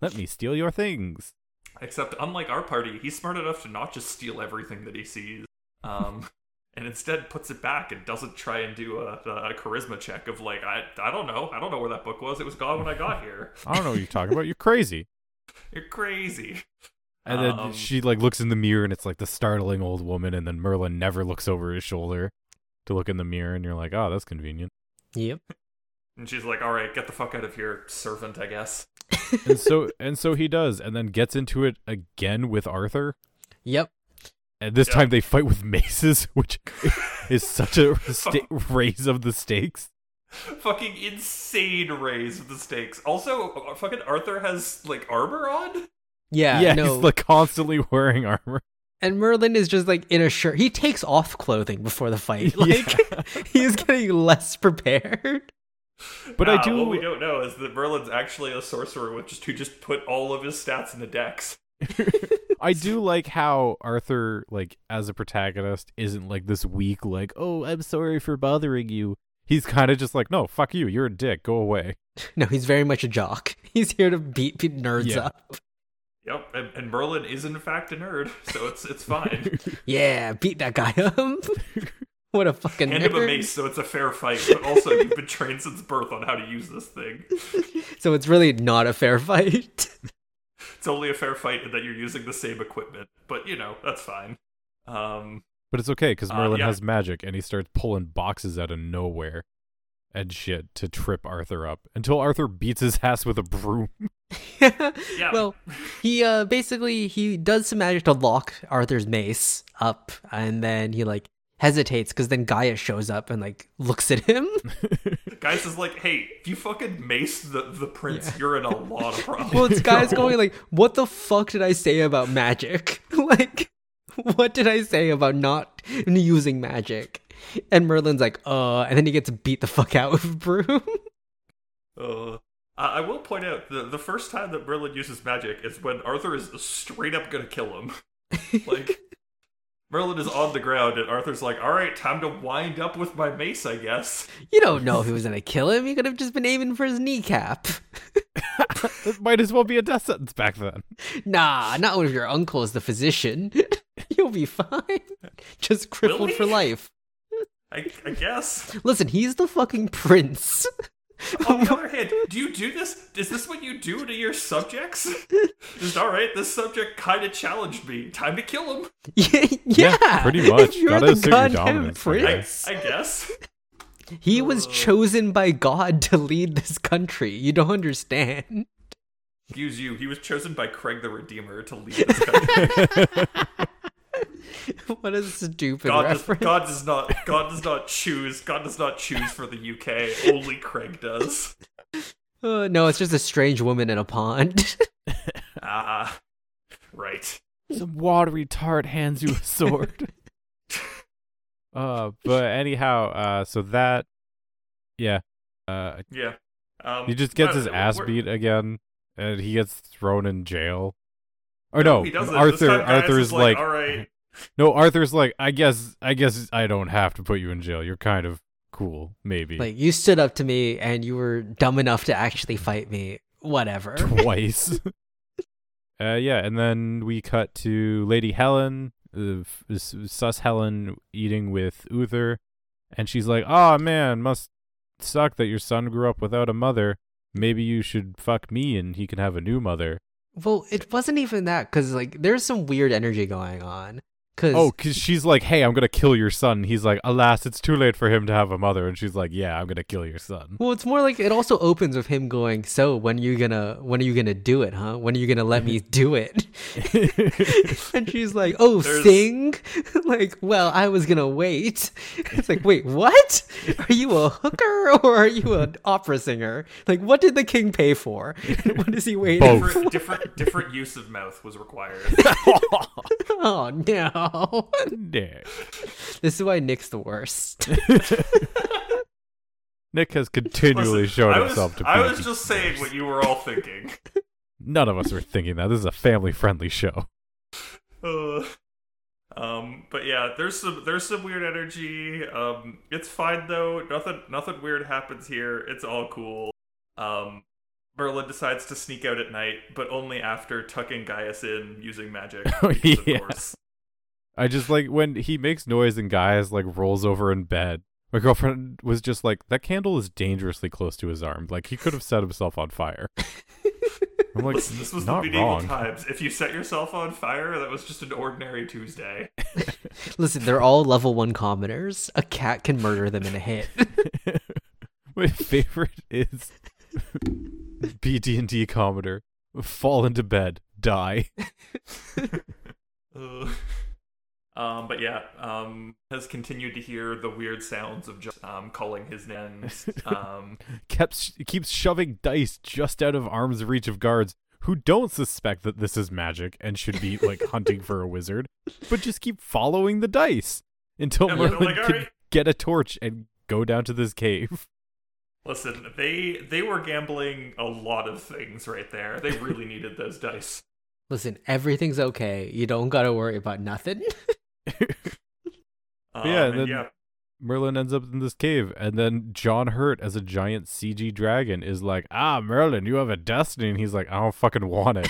Let me steal your things. Except, unlike our party, he's smart enough to not just steal everything that he sees, um, and instead puts it back and doesn't try and do a, a charisma check of like, I, I don't know, I don't know where that book was. It was gone when I got here. I don't know what you're talking about. You're crazy. You're crazy. And then Um, she like looks in the mirror and it's like the startling old woman and then Merlin never looks over his shoulder to look in the mirror and you're like, "Oh, that's convenient." Yep. And she's like, "All right, get the fuck out of here, servant." I guess. And so and so he does and then gets into it again with Arthur. Yep. And this Yeah. time they fight with maces, which is such a sta- raise of the stakes. fucking insane raise of the stakes. Also, uh, fucking Arthur has like armor on. Yeah. yeah, no. he's like constantly wearing armor. and Merlin is just like in a shirt. He takes off clothing before the fight. Like he's getting less prepared. But Ah, I do What we don't know is that Merlin's actually a sorcerer, which just who just put all of his stats in the decks. I do like how Arthur, like as a protagonist, isn't like this weak, like "Oh, I'm sorry for bothering you." He's kind of just like, "No, fuck you. You're a dick. Go away." No, he's very much a jock. He's here to beat pe- nerds Yeah. up. Yep, and, and Merlin is in fact a nerd, so it's it's fine. Yeah, beat that guy up. what a fucking Hand nerd. him a mace, so it's a fair fight. But also, you've been trained since birth on how to use this thing. So it's really not a fair fight. It's only a fair fight in that you're using the same equipment. But you know that's fine. Um, But it's okay because Uh, Merlin yeah. has magic, and he starts pulling boxes out of nowhere and shit to trip Arthur up until Arthur beats his ass with a broom. Yeah. Well, he uh, basically he does some magic to lock Arthur's mace up, and then he like hesitates because then Gaia shows up and like looks at him. guys is like, hey, if you fucking mace the the prince, you're in a lot of problems. well, it's Gaia's Oh, going like, "What the fuck did I say about magic? like, what did I say about not using magic?" And Merlin's like, "Uh," and then he gets beat the fuck out with a broom. Uh, I I will point out the the first time that Merlin uses magic is when Arthur is straight up gonna kill him. like Merlin is on the ground and Arthur's like, "All right, time to wind up with my mace, I guess." you don't know if he was gonna kill him. He could have just been aiming for his kneecap. That might as well be a death sentence back then. Nah, not when your uncle is the physician. You'll be fine. Just crippled he? for life. I, I guess. Listen, he's the fucking prince. On the other hand, do you do this? Is this what you do to your subjects? Just all right. This subject kind of challenged me. Time to kill him. yeah, Yeah, pretty if much. You're Gotta the assert your goddamn dominance, I I, prince. I uh, guess. He was chosen by God to lead this country. You don't understand. Excuse you. He was chosen by Craig the Redeemer to lead this country. What a stupid God does, reference. God does not. God does not choose. God does not choose for the UK. Only Craig does. Uh, no, it's just a strange woman in a pond. Ah, right. Some watery tart hands you a sword. uh, but anyhow, uh, so that, yeah, uh, Yeah. Um, He just gets but his ass we're- beat again, and he gets thrown in jail. Or No, no, he doesn't. This Arthur. time Gaius Arthur's is like, like, "All right." no, Arthur's like, I guess, I guess, I don't have to put you in jail. You're kind of cool, maybe like, you stood up to me and you were dumb enough to actually fight me. Whatever. twice. uh, yeah, and then we cut to Lady Helen, uh, f- s- sus Helen eating with Uther, and she's like, "Ah, man, must suck that your son grew up without a mother. Maybe you should fuck me, and he can have a new mother." Well, it wasn't even that because like there's some weird energy going on. Because Oh, because she's like, hey, I'm going to kill your son. And he's like, alas, it's too late for him to have a mother. And she's like, yeah, I'm going to kill your son. well, it's more like it also opens with him going, "So when you gonna when are you gonna do it, huh? When are you gonna let me do it?" and she's like, "Oh, There's- sing." like, well, I was gonna wait. it's like, wait, what? Are you a hooker or are you an opera singer? Like, what did the king pay for? what is he waiting? Both. Different, different, different use of mouth was required. for? Oh no! Nick. this is why Nick's the worst. Nick has continually Listen, shown I was, himself to be. I was just saying what you were all thinking. None of us were thinking that. This is a family friendly show. Uh, um, but yeah, there's some there's some weird energy. Um, it's fine though. Nothing nothing weird happens here. It's all cool. Um, Merlin decides to sneak out at night, but only after tucking Gaius in using magic. Oh, because, of yeah. course. I just like when he makes noise and guys like rolls over in bed. My girlfriend was just like, that candle is dangerously close to his arm. Like he could have set himself on fire. I'm like, Listen, this was the not medieval wrong. times. If you set yourself on fire, that was just an ordinary Tuesday. Listen, they're all level one commoners. A cat can murder them in a hit. My favorite is BD and D Commoner. Fall into bed, die. Ugh. um, but yeah, um, has continued to hear the weird sounds of just um, calling his name. Um, Kept sh- keeps shoving dice just out of arm's reach of guards who don't suspect that this is magic and should be like hunting for a wizard, but just keep following the dice until And we're Merlin like, "All can right." get a torch and go down to this cave. listen, they they were gambling a lot of things right there. They really needed those dice. Listen, everything's okay. You don't gotta worry about nothing. Um, Yeah, and and then- yeah, Merlin ends up in this cave, and then John Hurt as a giant CG dragon is like, "Ah, Merlin, you have a destiny." And he's like, "I don't fucking want it."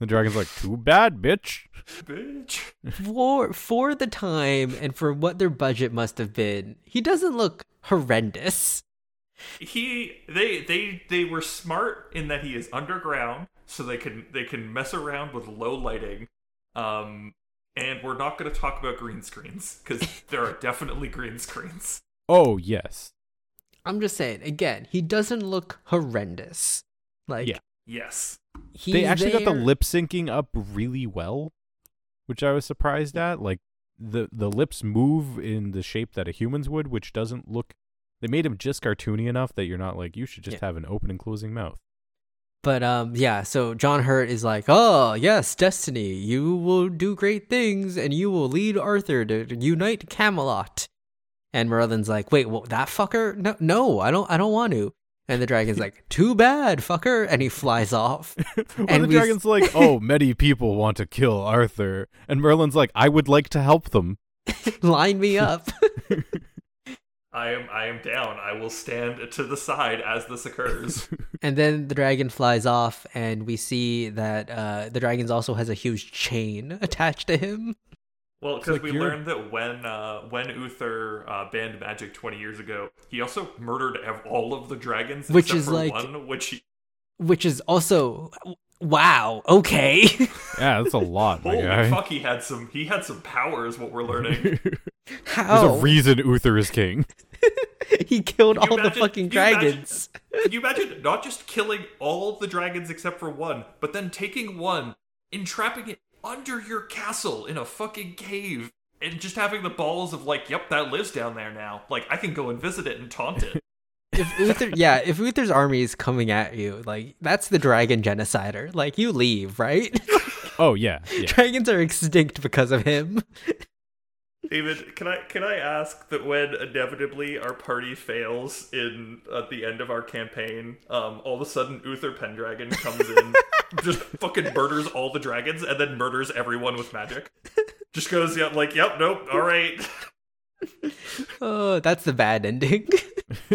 the dragon's like, "Too bad, bitch." bitch. for for the time and for what their budget must have been, he doesn't look horrendous. he they they they were smart in that he is underground so they can they can mess around with low lighting um and we're not going to talk about green screens because there are definitely green screens Oh yes, I'm just saying, again, he doesn't look horrendous. Like Yeah. yes he's they actually got the there- lip syncing up really well, which I was surprised at. Like the the lips move in the shape that a human's would, which doesn't look. They made him just cartoony enough that you're not like you should just Yeah. have an open and closing mouth. But um, yeah, so John Hurt is like, oh, yes, Destiny, you will do great things and you will lead Arthur to to unite Camelot. And Merlin's like, wait, what, that fucker? No, no, I don't, I don't want to. And the dragon's like, too bad, fucker. And he flies off. Well, And the we s- dragon's like, oh, many people want to kill Arthur. And Merlin's like, I would like to help them. Line me up. i am i am down i will stand to the side as this occurs and then the dragon flies off, and we see that uh, the dragon's also has a huge chain attached to him. well It's because like we you're- learned that when uh when uther uh, banned magic 20 years ago he also murdered ev- all of the dragons Which except is for like- one which he- Which is also, wow, okay. Yeah, that's a lot, my holy guy. fuck he had some he had some power is what we're learning How? There's Oh. a reason Uther is king. he killed Can you all the imagine- fucking can you imagine- dragons. Can you imagine not just killing all the dragons except for one, but then taking one, entrapping it under your castle in a fucking cave, and just having the balls of like, yep, that lives down there now. Like I can go and visit it and taunt it. If Uther, yeah, if Uther's army is coming at you, like that's the dragon genocider. Like you leave, right? Oh, yeah. yeah. Dragons are extinct because of him. David, can I can I ask that when inevitably our party fails in at the end of our campaign, um, all of a sudden Uther Pendragon comes in, just fucking murders all the dragons and then murders everyone with magic. Just goes, yeah, like, yep, nope, all right. Oh, that's the bad ending.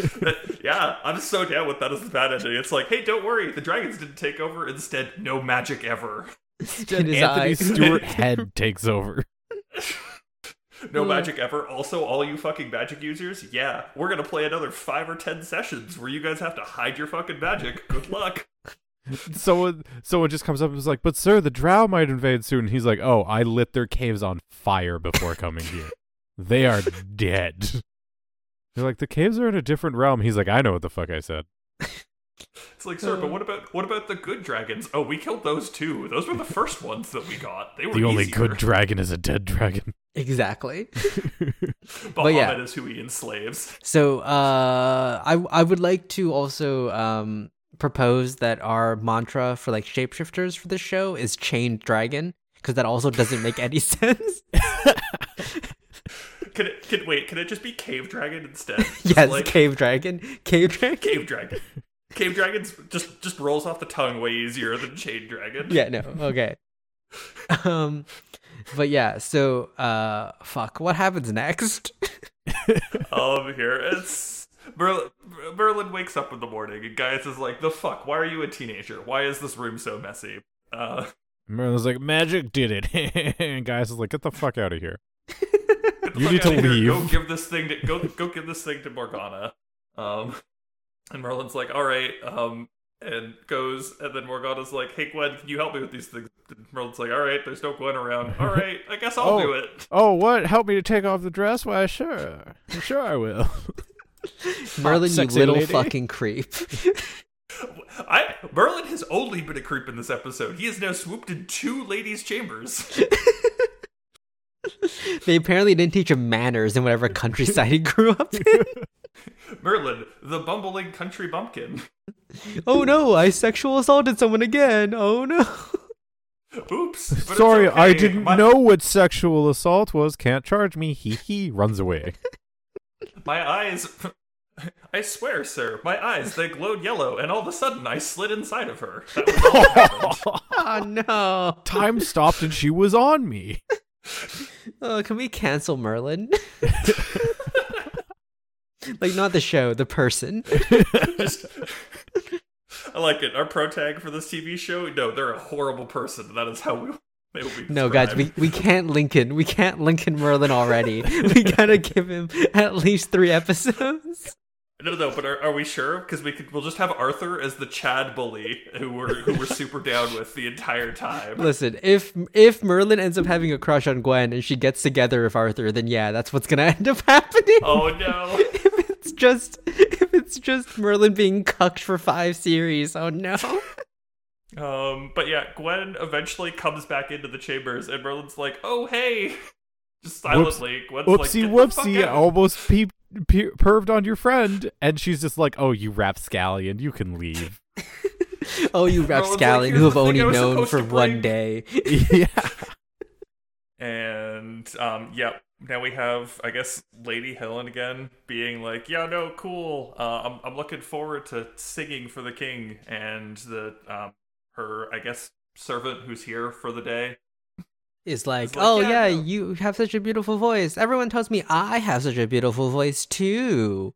yeah, I'm so down with that as the bad ending. It's like, hey, don't worry, the dragons didn't take over. Instead, no magic ever. In his Anthony eye. Stewart head takes over. No Mm. magic ever. Also, all you fucking magic users, yeah, we're gonna play another five or ten sessions where you guys have to hide your fucking magic. Good luck. Someone, someone just comes up and is like, but sir, the drow might invade soon. And he's like, oh, I lit their caves on fire before coming here. They are dead. They're like, the caves are in a different realm. He's like, I know what the fuck I said. It's like, sir, but what about what about the good dragons? Oh, we killed those too. Those were the first ones that we got. They were The only easier. good dragon is a dead dragon. exactly. Bahamut yeah. is who he enslaves. So, uh, I I would like to also um propose that our mantra for like shapeshifters for this show is chained dragon because that also doesn't make any sense. Can it? Can wait? Can it just be cave dragon instead? yes, Like- cave dragon, cave dragon. cave dragon. Cave dragons just just rolls off the tongue way easier than chain dragon. yeah no okay um but yeah so uh fuck what happens next Um, here it's Merlin, Merlin wakes up in the morning and Gaius is like, "The fuck? Why are you a teenager? Why is this room so messy?" Uh, Merlin's like, magic did it. and Gaius is like, get the fuck out of here. "Get the You fuck need to outta here. Go leave." give this thing to go go give this thing to Morgana. Um, and Merlin's like, "All right." Um, and goes, and then Morgana's like, "Hey Gwen, can you help me with these things?" And Merlin's like, "All right, there's no Gwen around. All right, I guess I'll Oh. do it." Oh, what? Help me to take off the dress? Why, sure. Sure, I will. Merlin, you sexy little lady. fucking creep. I Merlin has only been a creep in this episode. He has now swooped in two ladies' chambers. they apparently didn't teach him manners in whatever countryside he grew up in. Merlin, the bumbling country bumpkin. oh no, I sexual assaulted someone again. Oh no. Oops. but it's Sorry, I okay. didn't My- know what sexual assault was. Can't charge me. He he runs away. My eyes. I swear, sir, my eyes, they glowed yellow, and all of a sudden I slid inside of her. That was all that happened. Oh no. Time stopped and she was on me. Oh, can we cancel Merlin? like not the show, the person. Just- I like it. Our pro tag for this TV show? No, they're a horrible person. That is how we. They will be No, guys, we, described. we can't Lincoln. We can't Lincoln Merlin already. we gotta give him at least three episodes. No, no, but are, are we sure? Because we could, we'll just have Arthur as the Chad bully who we're who we're super down with the entire time. Listen, if if Merlin ends up having a crush on Gwen and she gets together with Arthur, then yeah, that's what's gonna end up happening. Oh no! if it's just if it's just Merlin being cucked for five series. Oh no. Um, but yeah, Gwen eventually comes back into the chambers, and Merlin's like, "Oh hey," just Whoops- silently. Gwen's like, Oopsie "Get the whoopsie, fuck I out." almost peeped, pe- perved on your friend. And she's just like, oh, you rapscallion, you can leave. Oh you Merlin's like, rapscallion "Here's who the have only thing I was known supposed for to one bring." day. yeah. And um, yeah, now we have, I guess, Lady Helen again being like, "Yeah, no, cool. Uh, I'm I'm looking forward to singing for the king and the um her, I guess, servant who's here for the day." Is like, It's like, oh yeah, yeah, no." you have such a beautiful voice. Everyone tells me I have such a beautiful voice too.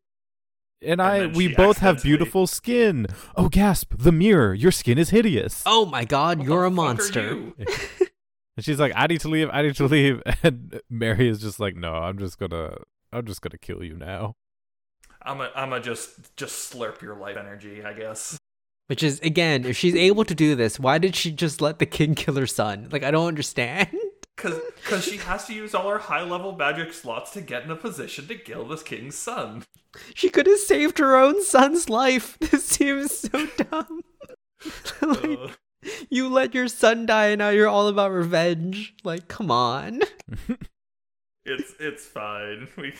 And I, then we she both have accidentally- beautiful skin. Oh, gasp, the mirror, your skin is hideous. Oh my god, What the you're a fuck are monster. you? And she's like, I need to leave, I need to leave. And Mary is just like, no, I'm just gonna, I'm just gonna kill you now. I'm a, I'm a just just slurp your life energy, I guess. Which is again, if she's able to do this, why did she just let the king kill her son? Like I don't understand. Cause, Cause she has to use all her high level magic slots to get in a position to kill this king's son. She could have saved her own son's life. This seems so dumb. like, Uh, you let your son die and now you're all about revenge. Like, come on. it's it's fine. We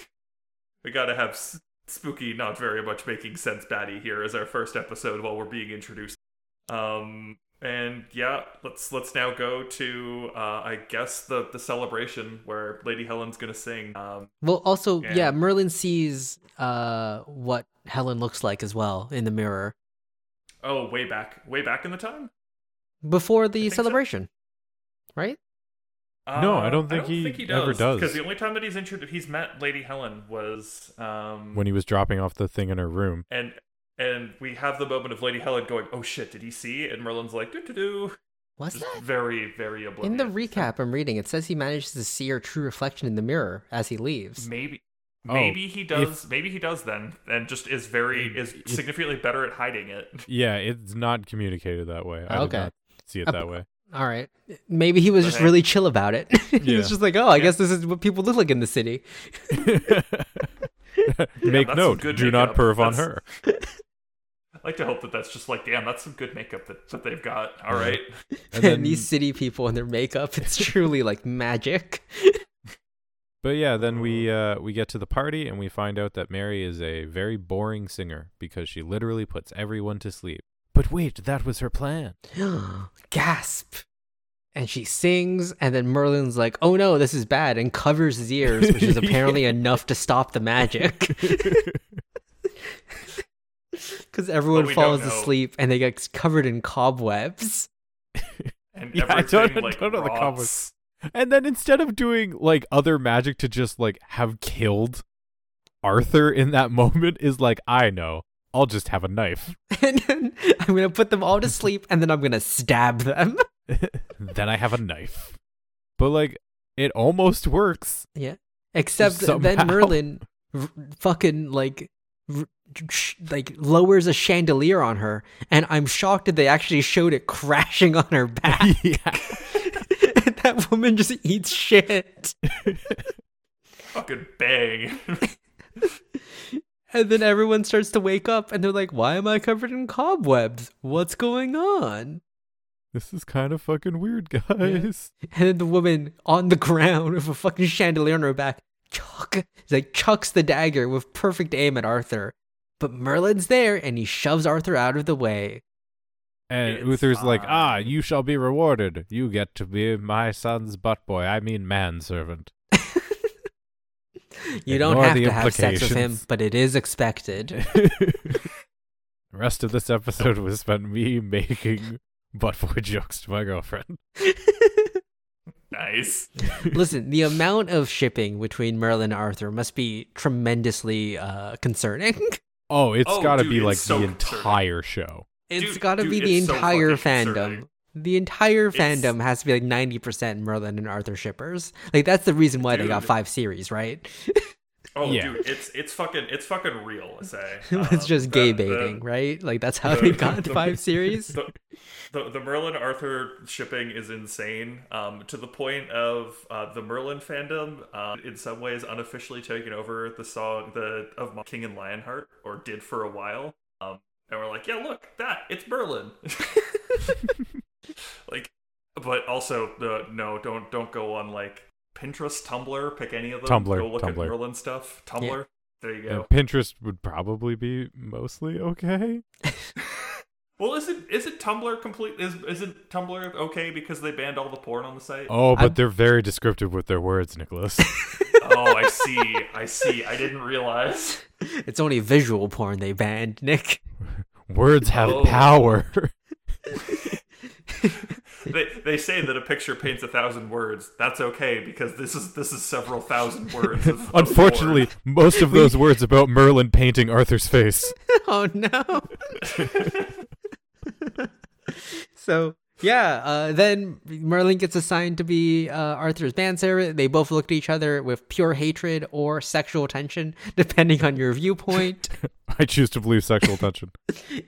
we gotta have s- spooky, not very much making sense, baddie here as our first episode while we're being introduced. Um, and yeah, let's let's now go to uh, I guess the the celebration where Lady Helen's gonna sing. Um, Well, also, yeah, Yeah. Merlin sees uh, what Helen looks like as well in the mirror oh, way back, way back in the time. before think the so. celebration, right? No, Um, I don't think he ever does. Because the only time that he's introduced, he's met Lady Helen was um, When he was dropping off the thing in her room. and and we have the moment of Lady Helen going, "Oh shit, did he see?" And Merlin's like, "Do do do." Was Just that? very very oblivious. In the recap I'm reading, it says he manages to see her true reflection in the mirror as he leaves. maybe Oh, maybe he does. Maybe he does then, and just is very is It- significantly better at hiding it. Yeah, it's not communicated that way. I did Okay. not see it Uh, that way. All right. Maybe he was just Okay. really chill about it. he Yeah. was just like, oh, I Yeah. guess this is what people look like in the city. Make that's note, good do not makeup. perv on That's- her. I like to hope that that's just like, damn, that's some good makeup that, that they've got. All right, And And, then- these city people and their makeup, it's truly like magic. But yeah, then we uh, we get to the party and we find out that Mary is a very boring singer because she literally puts everyone to sleep. But wait, that was her plan. gasp and she sings and then merlin's like oh no this is bad and covers his ears which is apparently enough to stop the magic because everyone we don't falls know. asleep and they get covered in cobwebs and Yeah, I everything don't- I like don't know the rots. conversation. and then instead of doing like other magic to just like have killed Arthur in that moment is like, I know. I'll just have a knife. and then I'm gonna put them all to sleep, and then I'm gonna stab them. then I have a knife. But like it almost works. Except Somehow. then Merlin r- fucking like r- sh- like lowers a chandelier on her, and I'm shocked that they actually showed it crashing on her back. yeah. And that woman just eats shit. Fucking bang. And then everyone starts to wake up and they're like, why am I covered in cobwebs? What's going on? This is kind of fucking weird, guys. And then the woman on the ground with a fucking chandelier on her back, chuck, like chucks the dagger with perfect aim at Arthur. But Merlin's there and he shoves Arthur out of the way. And It's Uther's like, fine. ah, you shall be rewarded. You get to be my son's butt boy. I mean manservant. You don't Ignore have the to have sex with him, implications. but it is expected. the rest of this episode was spent me making butt boy jokes to my girlfriend. Nice. Listen, the amount of shipping between Merlin and Arthur must be tremendously uh, concerning. Oh, it's Oh, gotta dude, be it's like so the concerning. entire show. It's Dude, got to dude, be the it's so entire fucking fandom. concerning. The entire It's- fandom has to be like 90% Merlin and Arthur shippers. Like that's the reason why they got Dude. 5 series, right? Oh, Yeah. dude, it's it's fucking it's fucking real. I say it's Um, just the- gay the- baiting, right? Like that's how the- they got the- 5 series. The, the, the Merlin Arthur shipping is insane um, to the point of uh, the Merlin fandom uh, in some ways unofficially taking over the song the of King and Lionheart or did for a while um, and we're like yeah look that it's Merlin like but also uh, no don't don't go on like Pinterest Tumblr pick any of them Tumblr, go look at Tumblr. Merlin stuff Tumblr there you go And Pinterest would probably be mostly okay. Well, isn't isn't Tumblr complete? Is isn't Tumblr okay because they banned all the porn on the site? Oh, Oh, but I'm- they're very descriptive with their words, Nicholas. Oh, I see. I see. I didn't realize. It's only visual porn they banned, Nick. words have Oh. power. They they say that a picture paints a thousand words. That's okay because this is this is several thousand words. Of, of Unfortunately, porn. most of those words about Merlin painting Arthur's face. oh no. so yeah, uh, then Merlin gets assigned to be uh, Arthur's manservant. They both look at each other with pure hatred or sexual tension, depending on your viewpoint. I choose to believe sexual tension.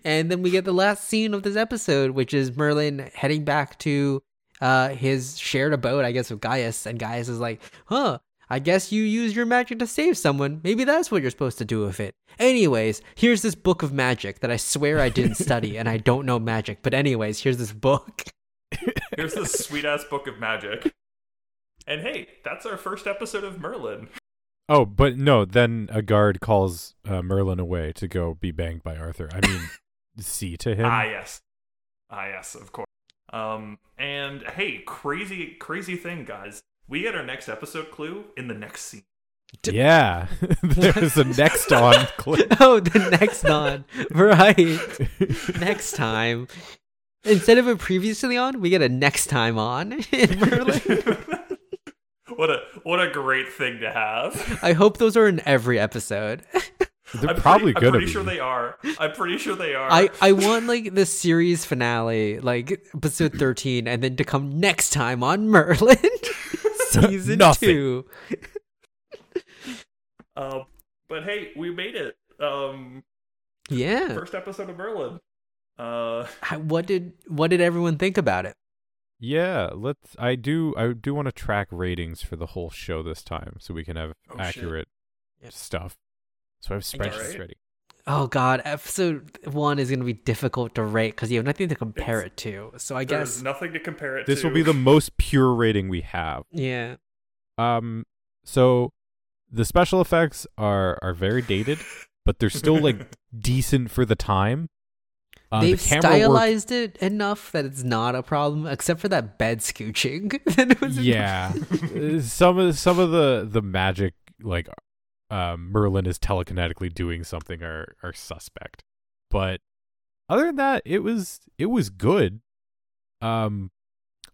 and then we get the last scene of this episode, which is Merlin heading back to uh, his shared abode, I guess, with Gaius. And Gaius is like, huh, I guess you used your magic to save someone. Maybe that's what you're supposed to do with it. Anyways, here's this book of magic that I swear I didn't study and I don't know magic. But, anyways, here's this book. here's this sweet ass book of magic. And hey, that's our first episode of Merlin. Oh, but no, then a guard calls uh, Merlin away to go be banged by Arthur. I mean, see to him. Ah yes, ah yes, of course. Um, and hey, crazy crazy thing, guys. We get our next episode clue in the next scene. yeah. There's a next on clip. oh, the next on. Right. Next time. Instead of a previously on, we get a next time on in Merlin. what a what a great thing to have. I hope those are in every episode. They're I'm probably pretty, I'm going to pretty be. sure they are. I'm pretty sure they are. I, I want like the series finale, like episode 13, and then to come next time on Merlin season Nothing. 2. Um, but hey, we made it. Um, Yeah. first episode of Merlin. Uh, How- What did what did everyone think about it? Yeah, let's. I do. I do want to track ratings for the whole show this time, so we can have Oh, shit. accurate Yeah. stuff. So I have I guess. spreadsheets Alright. ready. Oh god, episode 1 is going to be difficult to rate cuz you have nothing to compare it to. So I there's guess nothing to compare it. This to. will be the most pure rating we have. yeah. Um, so the special effects are are very dated, but they're still like decent for the time. Uh, They've the camera work, stylized it enough that it's not a problem, except for that bed scooching. that it was yeah. Uh, some of some of the the magic like uh, Merlin is telekinetically doing something are are suspect, but other than that, it was it was good. Um,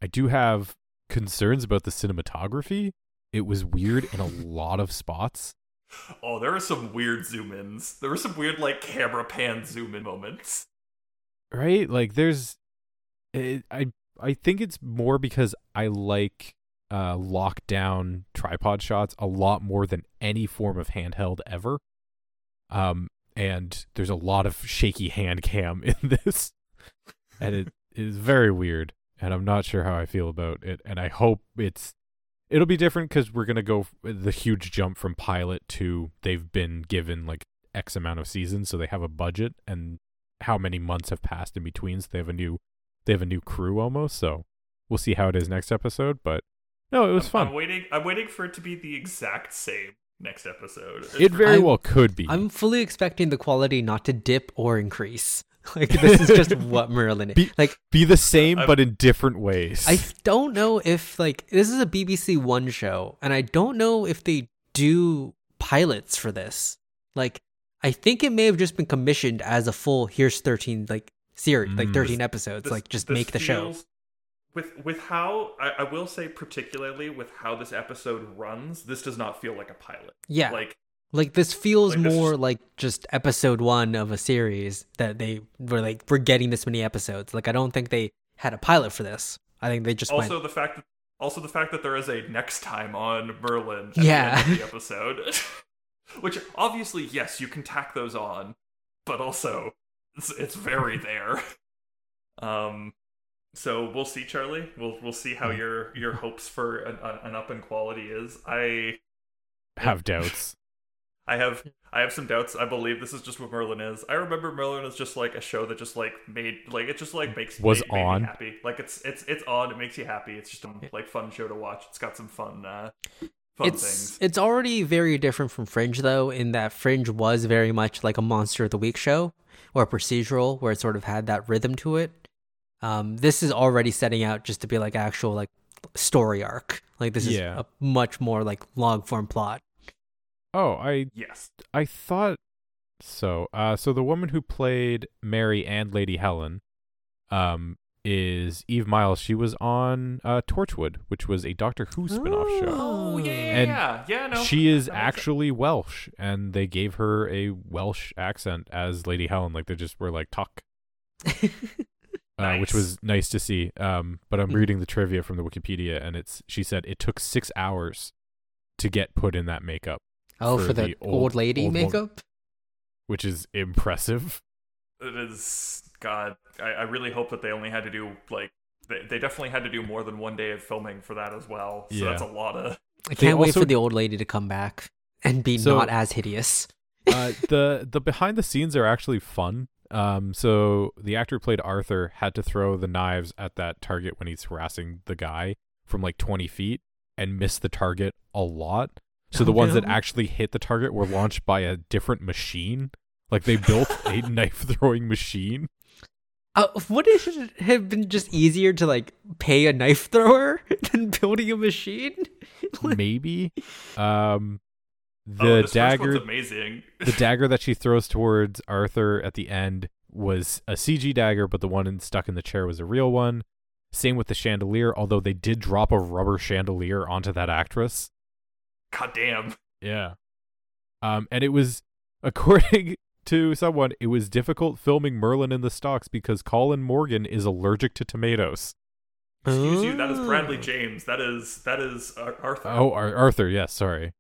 I do have concerns about the cinematography. It was weird in a lot of spots. Oh, there were some weird zoom ins. There were some weird like camera pan zoom in moments. right like there's it, i i think it's more because i like uh lockdown tripod shots a lot more than any form of handheld ever um and there's a lot of shaky hand cam in this and it is very weird and i'm not sure how i feel about it and i hope it's it'll be different because we're gonna go f- the huge jump from pilot to they've been given like x amount of seasons so they have a budget and how many months have passed in between. So they have a new they have a new crew almost. So we'll see how it is next episode. But no, it was I'm- I'm fun. waiting. I'm waiting for it to be the exact same next episode. It's It very I'm- well could be. I'm fully expecting the quality not to dip or increase. Like this is just what Merlin is. Be- like be the same I'm- but in different ways. I don't know if like this is a BBC One show, and I don't know if they do pilots for this. Like, I think it may have just been commissioned as a full here's thirteen like series, like Mm. thirteen episodes. This- like, just this make the show. feels- With with how I, I will say particularly with how this episode runs, this does not feel like a pilot. Yeah, like, Like this feels like, this more is- like just episode one of a series that they were like we're getting this many episodes. Like, I don't think they had a pilot for this. I think they just also went. the fact that also the fact that there is a next time on Merlin at the Yeah. end of the episode. Which obviously, yes, you can tack those on, but also it's, it's very there. Um so we'll see Charlie. We'll we'll see Hmm. how your your hopes for an, an up in quality is. I have doubts. I have I have some doubts. I believe this is just what Merlin is. I remember Merlin is just like a show that just like made like it just like makes Was made- made me on. happy. Like it's it's it's on. It makes you happy. It's just a like fun show to watch. It's got some fun uh fun it's things. it's already very different from Fringe though, in that Fringe was very much like a Monster of the Week show or a procedural where it sort of had that rhythm to it. Um, this is already setting out just to be like actual like story arc. Like this Yeah. is a much more like long form plot. Oh, I Yes. I thought so. Uh, so the woman who played Mary and Lady Helen, um, is Eve Miles. She was on uh, Torchwood, which was a Doctor Who spin-off show. Oh yeah, And yeah, yeah. No, she is that makes sense. actually Welsh, and they gave her a Welsh accent as Lady Helen. Like they just were like talk, uh, which Nice. Hmm. was nice to see. Um, but I'm Mhm. reading the trivia from the Wikipedia, and it's she said it took six hours to get put in that makeup, Oh, For for, the, the old, old- lady old woman. makeup? which is impressive. It is God. I, I really hope that they only had to do like they, they definitely had to do more than one day of filming for that as well. So Yeah. that's a lot of I They can't wait also- for the old lady to come back and be So- not as hideous. uh, the the behind the scenes are actually fun. Um, so the actor who played Arthur had to throw the knives at that target when he's harassing the guy from like 20 feet and miss the target a lot. So the Oh, ones that no. actually hit the target were launched by a different machine. Like they built a knife throwing machine. Uh, would it have been just easier to like pay a knife thrower than building a machine? Maybe. Um, the oh, this first one's dagger amazing. the dagger that she throws towards Arthur at the end was a CG dagger, but the one in, stuck in the chair was a real one. Same with the chandelier, although they did drop a rubber chandelier onto that actress. God damn. Yeah. Um, and it was, according to someone, it was difficult filming Merlin in the stocks because Colin Morgan is allergic to tomatoes. Excuse you. That is Bradley Oh. James. That is that is Ar- Arthur. Oh, Ar- Arthur, yes, sorry.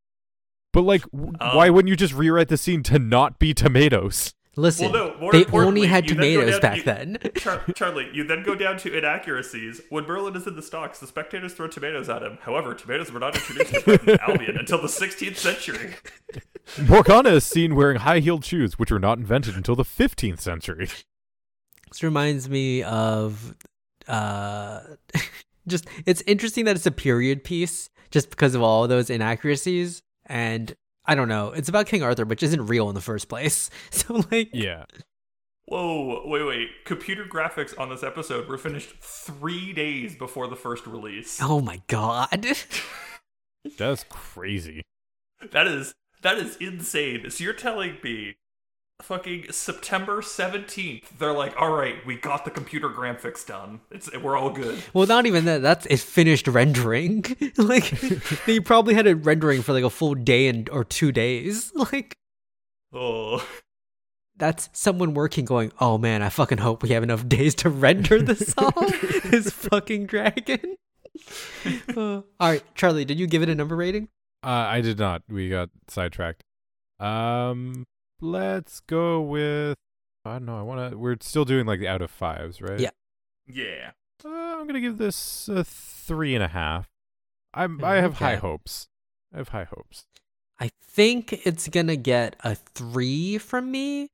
But like, w- Um, why wouldn't you just rewrite the scene to not be tomatoes? Listen, Well, no, more they only importantly, had you then go tomatoes down- back you- then. Char- Charlie, you then go down to inaccuracies. When Merlin is in the stocks, the spectators throw tomatoes at him. However, tomatoes were not introduced to Britain and Albion until the 16th century. Morgana is seen wearing high-heeled shoes, which were not invented until the 15th century. This reminds me of uh just it's interesting that it's a period piece just because of all those inaccuracies and I don't know. It's about King Arthur, which isn't real in the first place. So like Yeah. Whoa, wait, wait. Computer graphics on this episode were finished three days before the first release. Oh my god. That's crazy. That is that is insane. So you're telling me fucking September 17th, they're like, all right, we got the computer graphics done. It's We're all good. Well, not even that. That's it finished rendering. like they probably had it rendering for like a full day and or two days. Like Oh. that's someone working going, "Oh man, I fucking hope we have enough days to render this all." this fucking dragon. Uh, all right, Charlie, did you give it a number rating? Uh, I did not. We got sidetracked. Um, let's go with. I don't know. I want to. We're still doing like the out of fives, right? Yeah. Yeah. Uh, I'm gonna give this a three and a half. I'm. I have high Mm, Okay. hopes. I have high hopes. I think it's gonna get a three from me.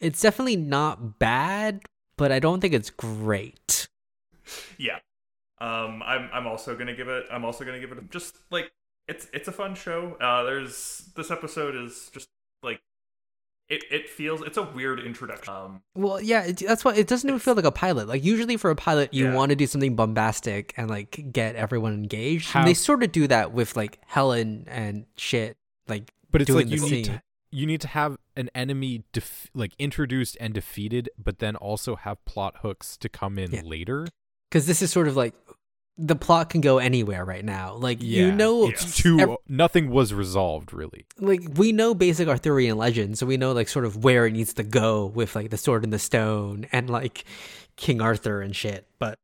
It's definitely not bad, but I don't think it's great. Yeah. Um, I'm I'm also gonna give it. I'm also gonna give it a- just like it's it's a fun show. Uh, there's this episode is just like it it feels it's a weird introduction. Um, Well, yeah, it, that's why it doesn't even feel like a pilot. Like usually for a pilot, you Yeah. want to do something bombastic and like get everyone engaged. And How- they sort of do that with like Helen and shit. Like, But it's doing like the you need scene. to, you need to have an enemy def- like introduced and defeated, but then also have plot hooks to come in Yeah. later. because this is sort of like the plot can go anywhere right now. Like you Yeah. know, Yeah. It's too ev- nothing was resolved really. like we know basic Arthurian legend, so we know like sort of where it needs to go with like the sword and the stone and like King Arthur and shit. But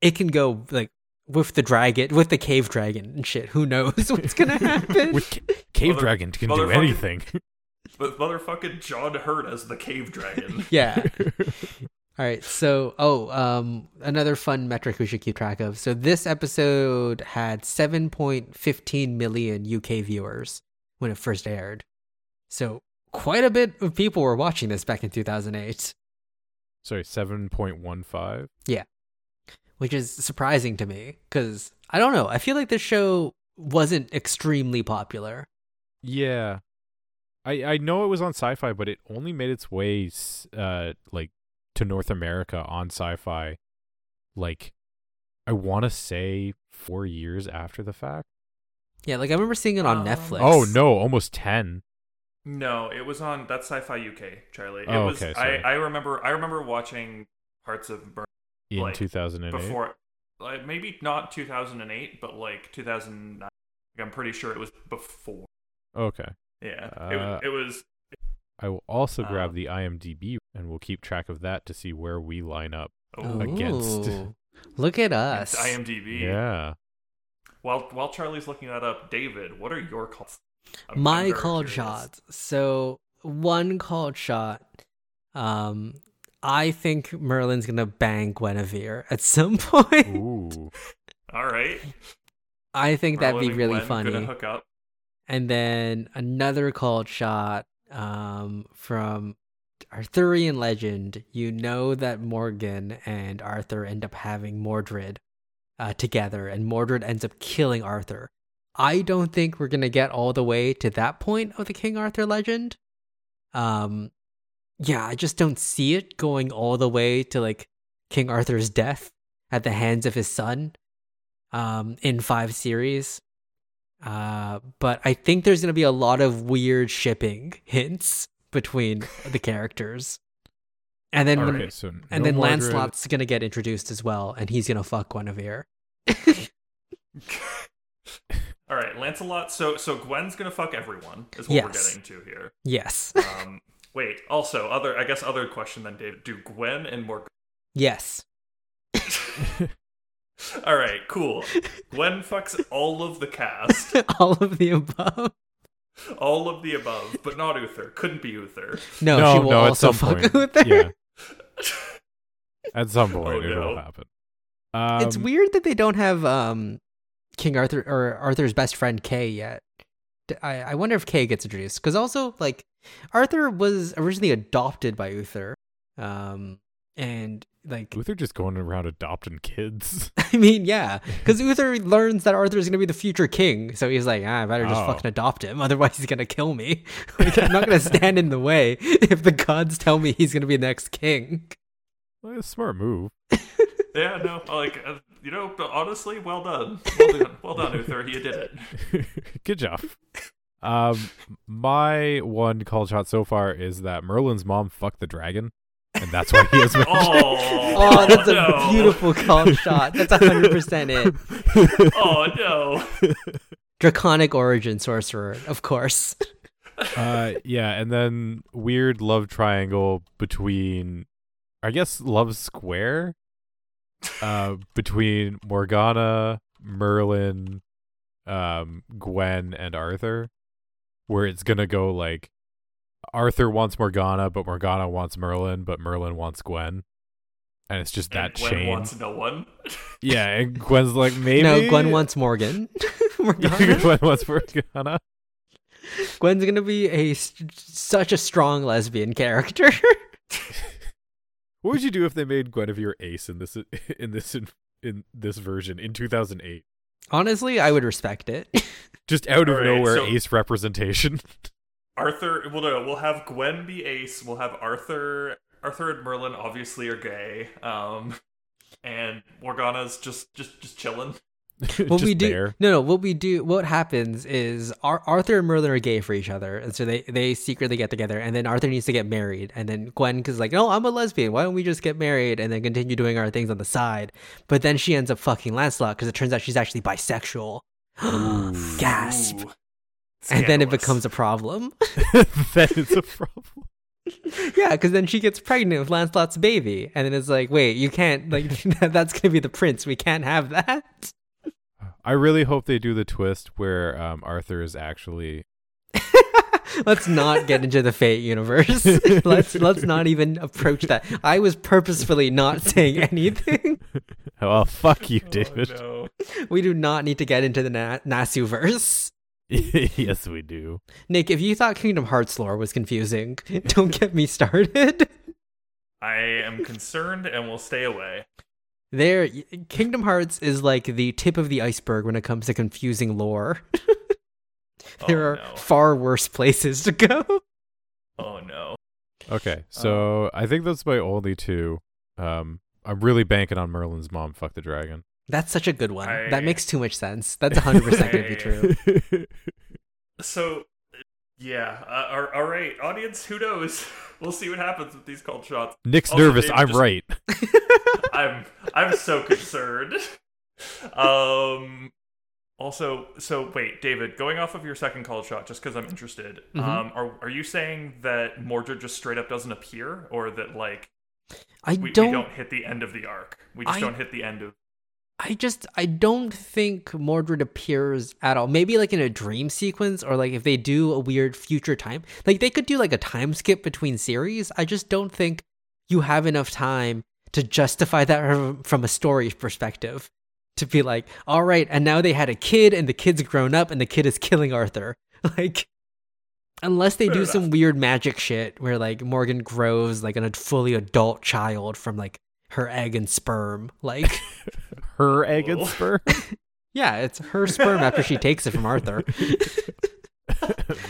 it can go like with the dragon, with the cave dragon and shit. Who knows what's gonna happen? With ca- cave Mother- dragon can do motherfucking- anything. with motherfucking John Hurt as the cave dragon. yeah. All right. So, oh, um, another fun metric we should keep track of. So, this episode had 7.15 million UK viewers when it first aired. So, quite a bit of people were watching this back in 2008, Sorry, seven point one five. which is surprising to me because I don't know. I feel like this show wasn't extremely popular. Yeah. I I know it was on sci-fi, but it only made its way s- uh like to North America on sci-fi like I want to say 4 years after the fact. Yeah. Like, I remember seeing it on Um, Netflix. Oh no, almost 10. No, it was on that's Sci-Fi UK, Charlie. It Oh, was okay, I sorry. I remember I remember watching Hearts of Burn in like, 2008 before like maybe not 2008, but like 2009. Like, I'm pretty sure it was before. okay Yeah. Uh, it, it was i will also grab Uh, the imdb and we'll keep track of that to see where we line up oh, Against. Ooh, Look at us. it's IMDb. yeah While while Charlie's looking that up, David, what are your calls? I'm- I'm my very called curious. shots. So one called shot. Um, I think Merlin's gonna bang Guinevere at some point. ooh All right, I think that'd be Merlin and really Gwen funny. Gonna hook up. And then another called shot um, from Arthurian legend. You know that Morgan and Arthur end up having Mordred uh, together, and Mordred ends up killing Arthur. I don't think we're going to get all the way to that point of the King Arthur legend. Um, yeah, I just don't see it going all the way to like King Arthur's death at the hands of his son um, in five series. Uh, but I think there's going to be a lot of weird shipping hints between the characters. And then All when, right, so and no then Mordred. Lancelot's going to get introduced as well and he's going to fuck Guinevere. All right, Lancelot. So so Gwen's gonna fuck everyone. Is what Yes. we're getting to here. Yes. Um, wait. Also, other I guess other question than David. Do Gwen and Morgan? Yes. All right, cool. Gwen fucks all of the cast, All of the above. all of the above, but not Uther. Couldn't be Uther. No, no she will no also at some fuck point Uther. yeah at some Oh, point no. it'll happen um, it's weird that they don't have um King Arthur or Arthur's best friend Kay yet. D- I, I wonder if Kay gets introduced because also like Arthur was originally adopted by Uther, um, and like Uther just going around adopting kids. I mean yeah, because Uther learns that Arthur is gonna be the future king, so he's like ah, I better just Oh. fucking adopt him, otherwise he's gonna kill me. Like, I'm not gonna stand in the way if the gods tell me he's gonna be the next king. Like, a smart move. Yeah, no, like uh, you know, but honestly, well done, well done, well done, Uther. You did it. Good job. Um, my one call shot so far is that Merlin's mom fucked the dragon, and that's why he has. Oh, Oh, that's a no. beautiful call shot. That's 100% it. Oh no. Draconic origin sorcerer, of course. uh, yeah, and then weird love triangle between, I guess, love square, uh, between Morgana, Merlin, um, Gwen, and Arthur, where it's gonna go like Arthur wants Morgana, but Morgana wants Merlin, but Merlin wants Gwen, and it's just that and Gwen chain. wants no one. yeah, and Gwen's like maybe No, Gwen wants Morgan. Morgana. Gwen wants Morgana. Gwen's gonna be a st- such a strong lesbian character. What would you do if they made Guinevere ace in this in this in, this version in 2008? Honestly, I would respect it. Just out of All right, nowhere, so- ace representation. Arthur. Well, no. We'll have Gwen be Ace. We'll have Arthur. Arthur and Merlin obviously are gay. Um, and Morgana's just just just chilling. What Just we do? there. No, no. What we do? What happens is Ar- Arthur and Merlin are gay for each other, and so they they secretly get together, and then Arthur needs to get married, and then Gwen is like, "No, I'm a lesbian. Why don't we just get married and then continue doing our things on the side?" But then she ends up fucking Lancelot because it turns out she's actually bisexual. Gasp! Ooh. and then it Scandalous. becomes a problem. then it's a problem. Yeah, because then she gets pregnant with Lancelot's baby, and then it's like, wait, you can't like that, that's gonna be the prince. We can't have that. I really hope they do the twist where um, Arthur is actually. Let's not get into the Fate universe. let's let's not even approach that. I was purposefully not saying anything. Well, fuck you, Oh, David. no. we do not need to get into the Na- Nasu verse. yes, we do. Nick, if you thought Kingdom Hearts lore was confusing, don't get me started. I am concerned and will stay away. There, Kingdom Hearts is like the tip of the iceberg when it comes to confusing lore. there oh, are no. far worse places to go. Oh no. Okay, so Um, I think that's my only two. Um, I'm really banking on Merlin's mom. Fuck the dragon. That's such a good one. I- That makes too much sense. That's 100% going to be I- true. So, yeah. Uh, all- all right, audience. Who knows? We'll see what happens with these cold shots. Nick's Also, nervous. Oh, David I'm just- right. I'm I'm so concerned. Um. Also, so wait, David. Going off of your second call shot, just because I'm interested. Mhm. Um. Are are you saying that Mordred just straight up doesn't appear, or that like I we we don't, don't hit the end of the arc? We just I- don't hit the end of. I just I don't think Mordred appears at all. Maybe like in a dream sequence or like if they do a weird future time. Like they could do like a time skip between series. I just don't think you have enough time to justify that from- from a story perspective. To be like, all right, and now they had a kid and the kid's grown up and the kid is killing Arthur. Like unless they Fair do enough. some weird magic shit where like Morgan grows like an ad- fully adult child from like her egg and sperm. Like Her egg Whoa. and sperm. yeah, it's her sperm after she takes it from Arthur.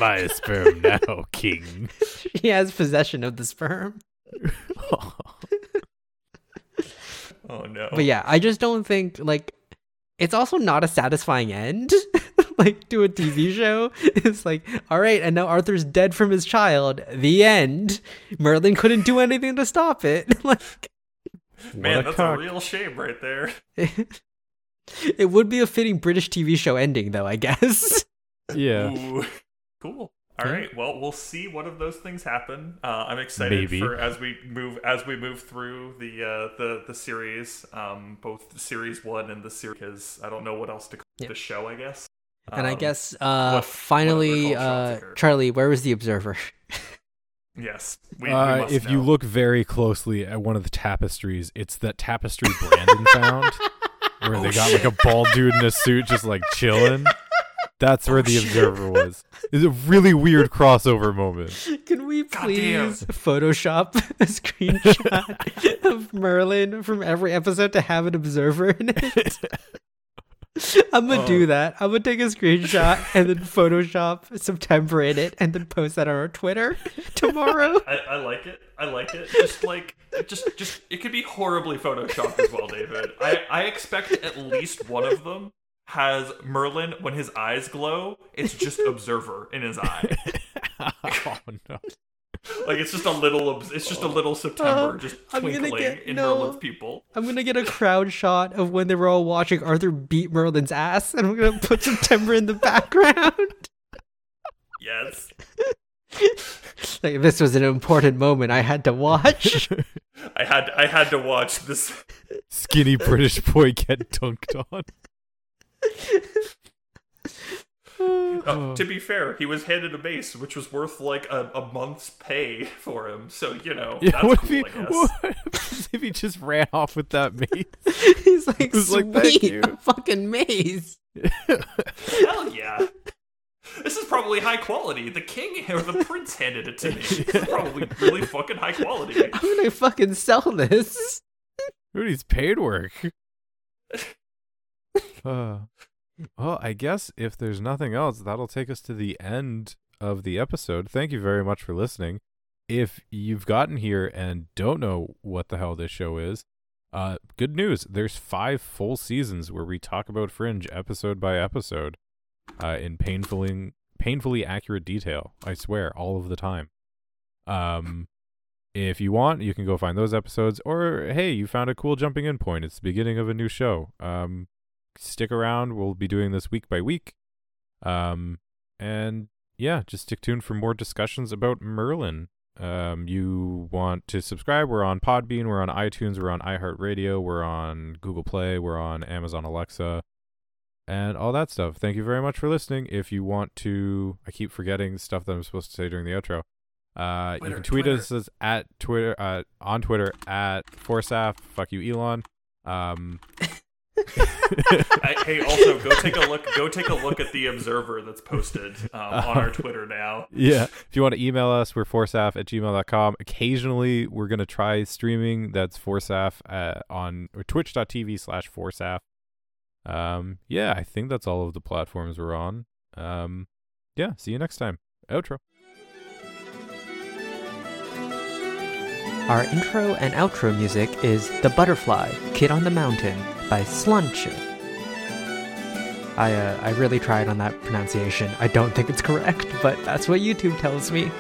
My sperm now, king. she has possession of the sperm. Oh no. But yeah, I just don't think like it's also not a satisfying end. like to a TV show, it's like, all right, and now Arthur's dead from his child. The end. Merlin couldn't do anything to stop it. like Man, that's cock. a real shame right there. it, would be a fitting British TV show ending though, I guess. yeah. Ooh. Cool. All right. Well, we'll see one of those things happen. Uh, I'm excited Maybe. for as we move as we move through the uh, the the series, um, both the series one and the series. Because I don't know what else to call Yeah. the show. I guess. and I Um, guess uh what- finally what other cultural uh figure? Charlie, where was the observer? yes. We, we Uh, must if you know. look very closely at one of the tapestries, it's that tapestry Brandon found, where they Oh, got like a bald dude in a suit just like chilling. That's Oh, where the observer was. It's a really weird crossover moment. Can we Goddamn. please Photoshop a screenshot of Merlin from every episode to have an observer in it? I'm gonna Oh. do that. I'm gonna take a screenshot and then Photoshop September in it and then post that on our Twitter tomorrow. I, I like it. I like it. Just like just just it could be horribly photoshopped as well, David. I I expect at least one of them has Merlin when his eyes glow, it's just observer in his eye. oh no. Like it's just a little obs- it's just a little September Uh, just I'm gonna twinkling get- in no. Merlin's people. I'm gonna get a crowd shot of when they were all watching Arthur beat Merlin's ass, and I'm gonna put September in the background. Yes. like this was an important moment I had to watch. I had I had to watch this Skinny British boy get dunked on. Oh. Uh, to be fair, he was handed a mace, which was worth like a, a month's pay for him. So you know, that's what, cool. if he, I guess. what if he just ran off with that mace? He's like, was like, sweet, "Thank you." a fucking maze. Hell yeah! This is probably high quality. The king or the prince handed it to me. This is probably really fucking high quality. I'm gonna fucking sell this. Rudy's paid work. uh, well, I guess if there's nothing else, that'll take us to the end of the episode. Thank you very much for listening. If you've gotten here and don't know what the hell this show is, uh, good news. There's five full seasons where we talk about Fringe episode by episode, uh, in painfully painfully accurate detail. I swear, all of the time. Um, if you want, you can go find those episodes. Or hey, you found a cool jumping in point. It's the beginning of a new show. Um, stick around. We'll be doing this week by week. Um, and yeah, just stick tuned for more discussions about Merlin. Um, you want to subscribe? We're on Podbean. We're on iTunes. We're on iHeartRadio. We're on Google Play. We're on Amazon Alexa. And all that stuff. Thank you very much for listening. If you want to, I keep forgetting stuff that I'm supposed to say during the outro. Uh, you Twitter, can tweet Twitter. us as at Twitter uh, on Twitter at Forsaf. Fuck you, Elon. Um, I, hey, also go take a look. Go take a look at the Observer that's posted um, on our Twitter now. yeah. If you want to email us, we're forsaf at gmail.com. Occasionally, we're going to try streaming. That's forsaf uh, on or twitch.tv slash forsaf. Um, yeah, I think that's all of the platforms we're on. Um, yeah, see you next time. Outro. Our intro and outro music is The Butterfly, Kid on the Mountain by Slancha. I, uh, I really tried on that pronunciation. I don't think it's correct, but that's what YouTube tells me.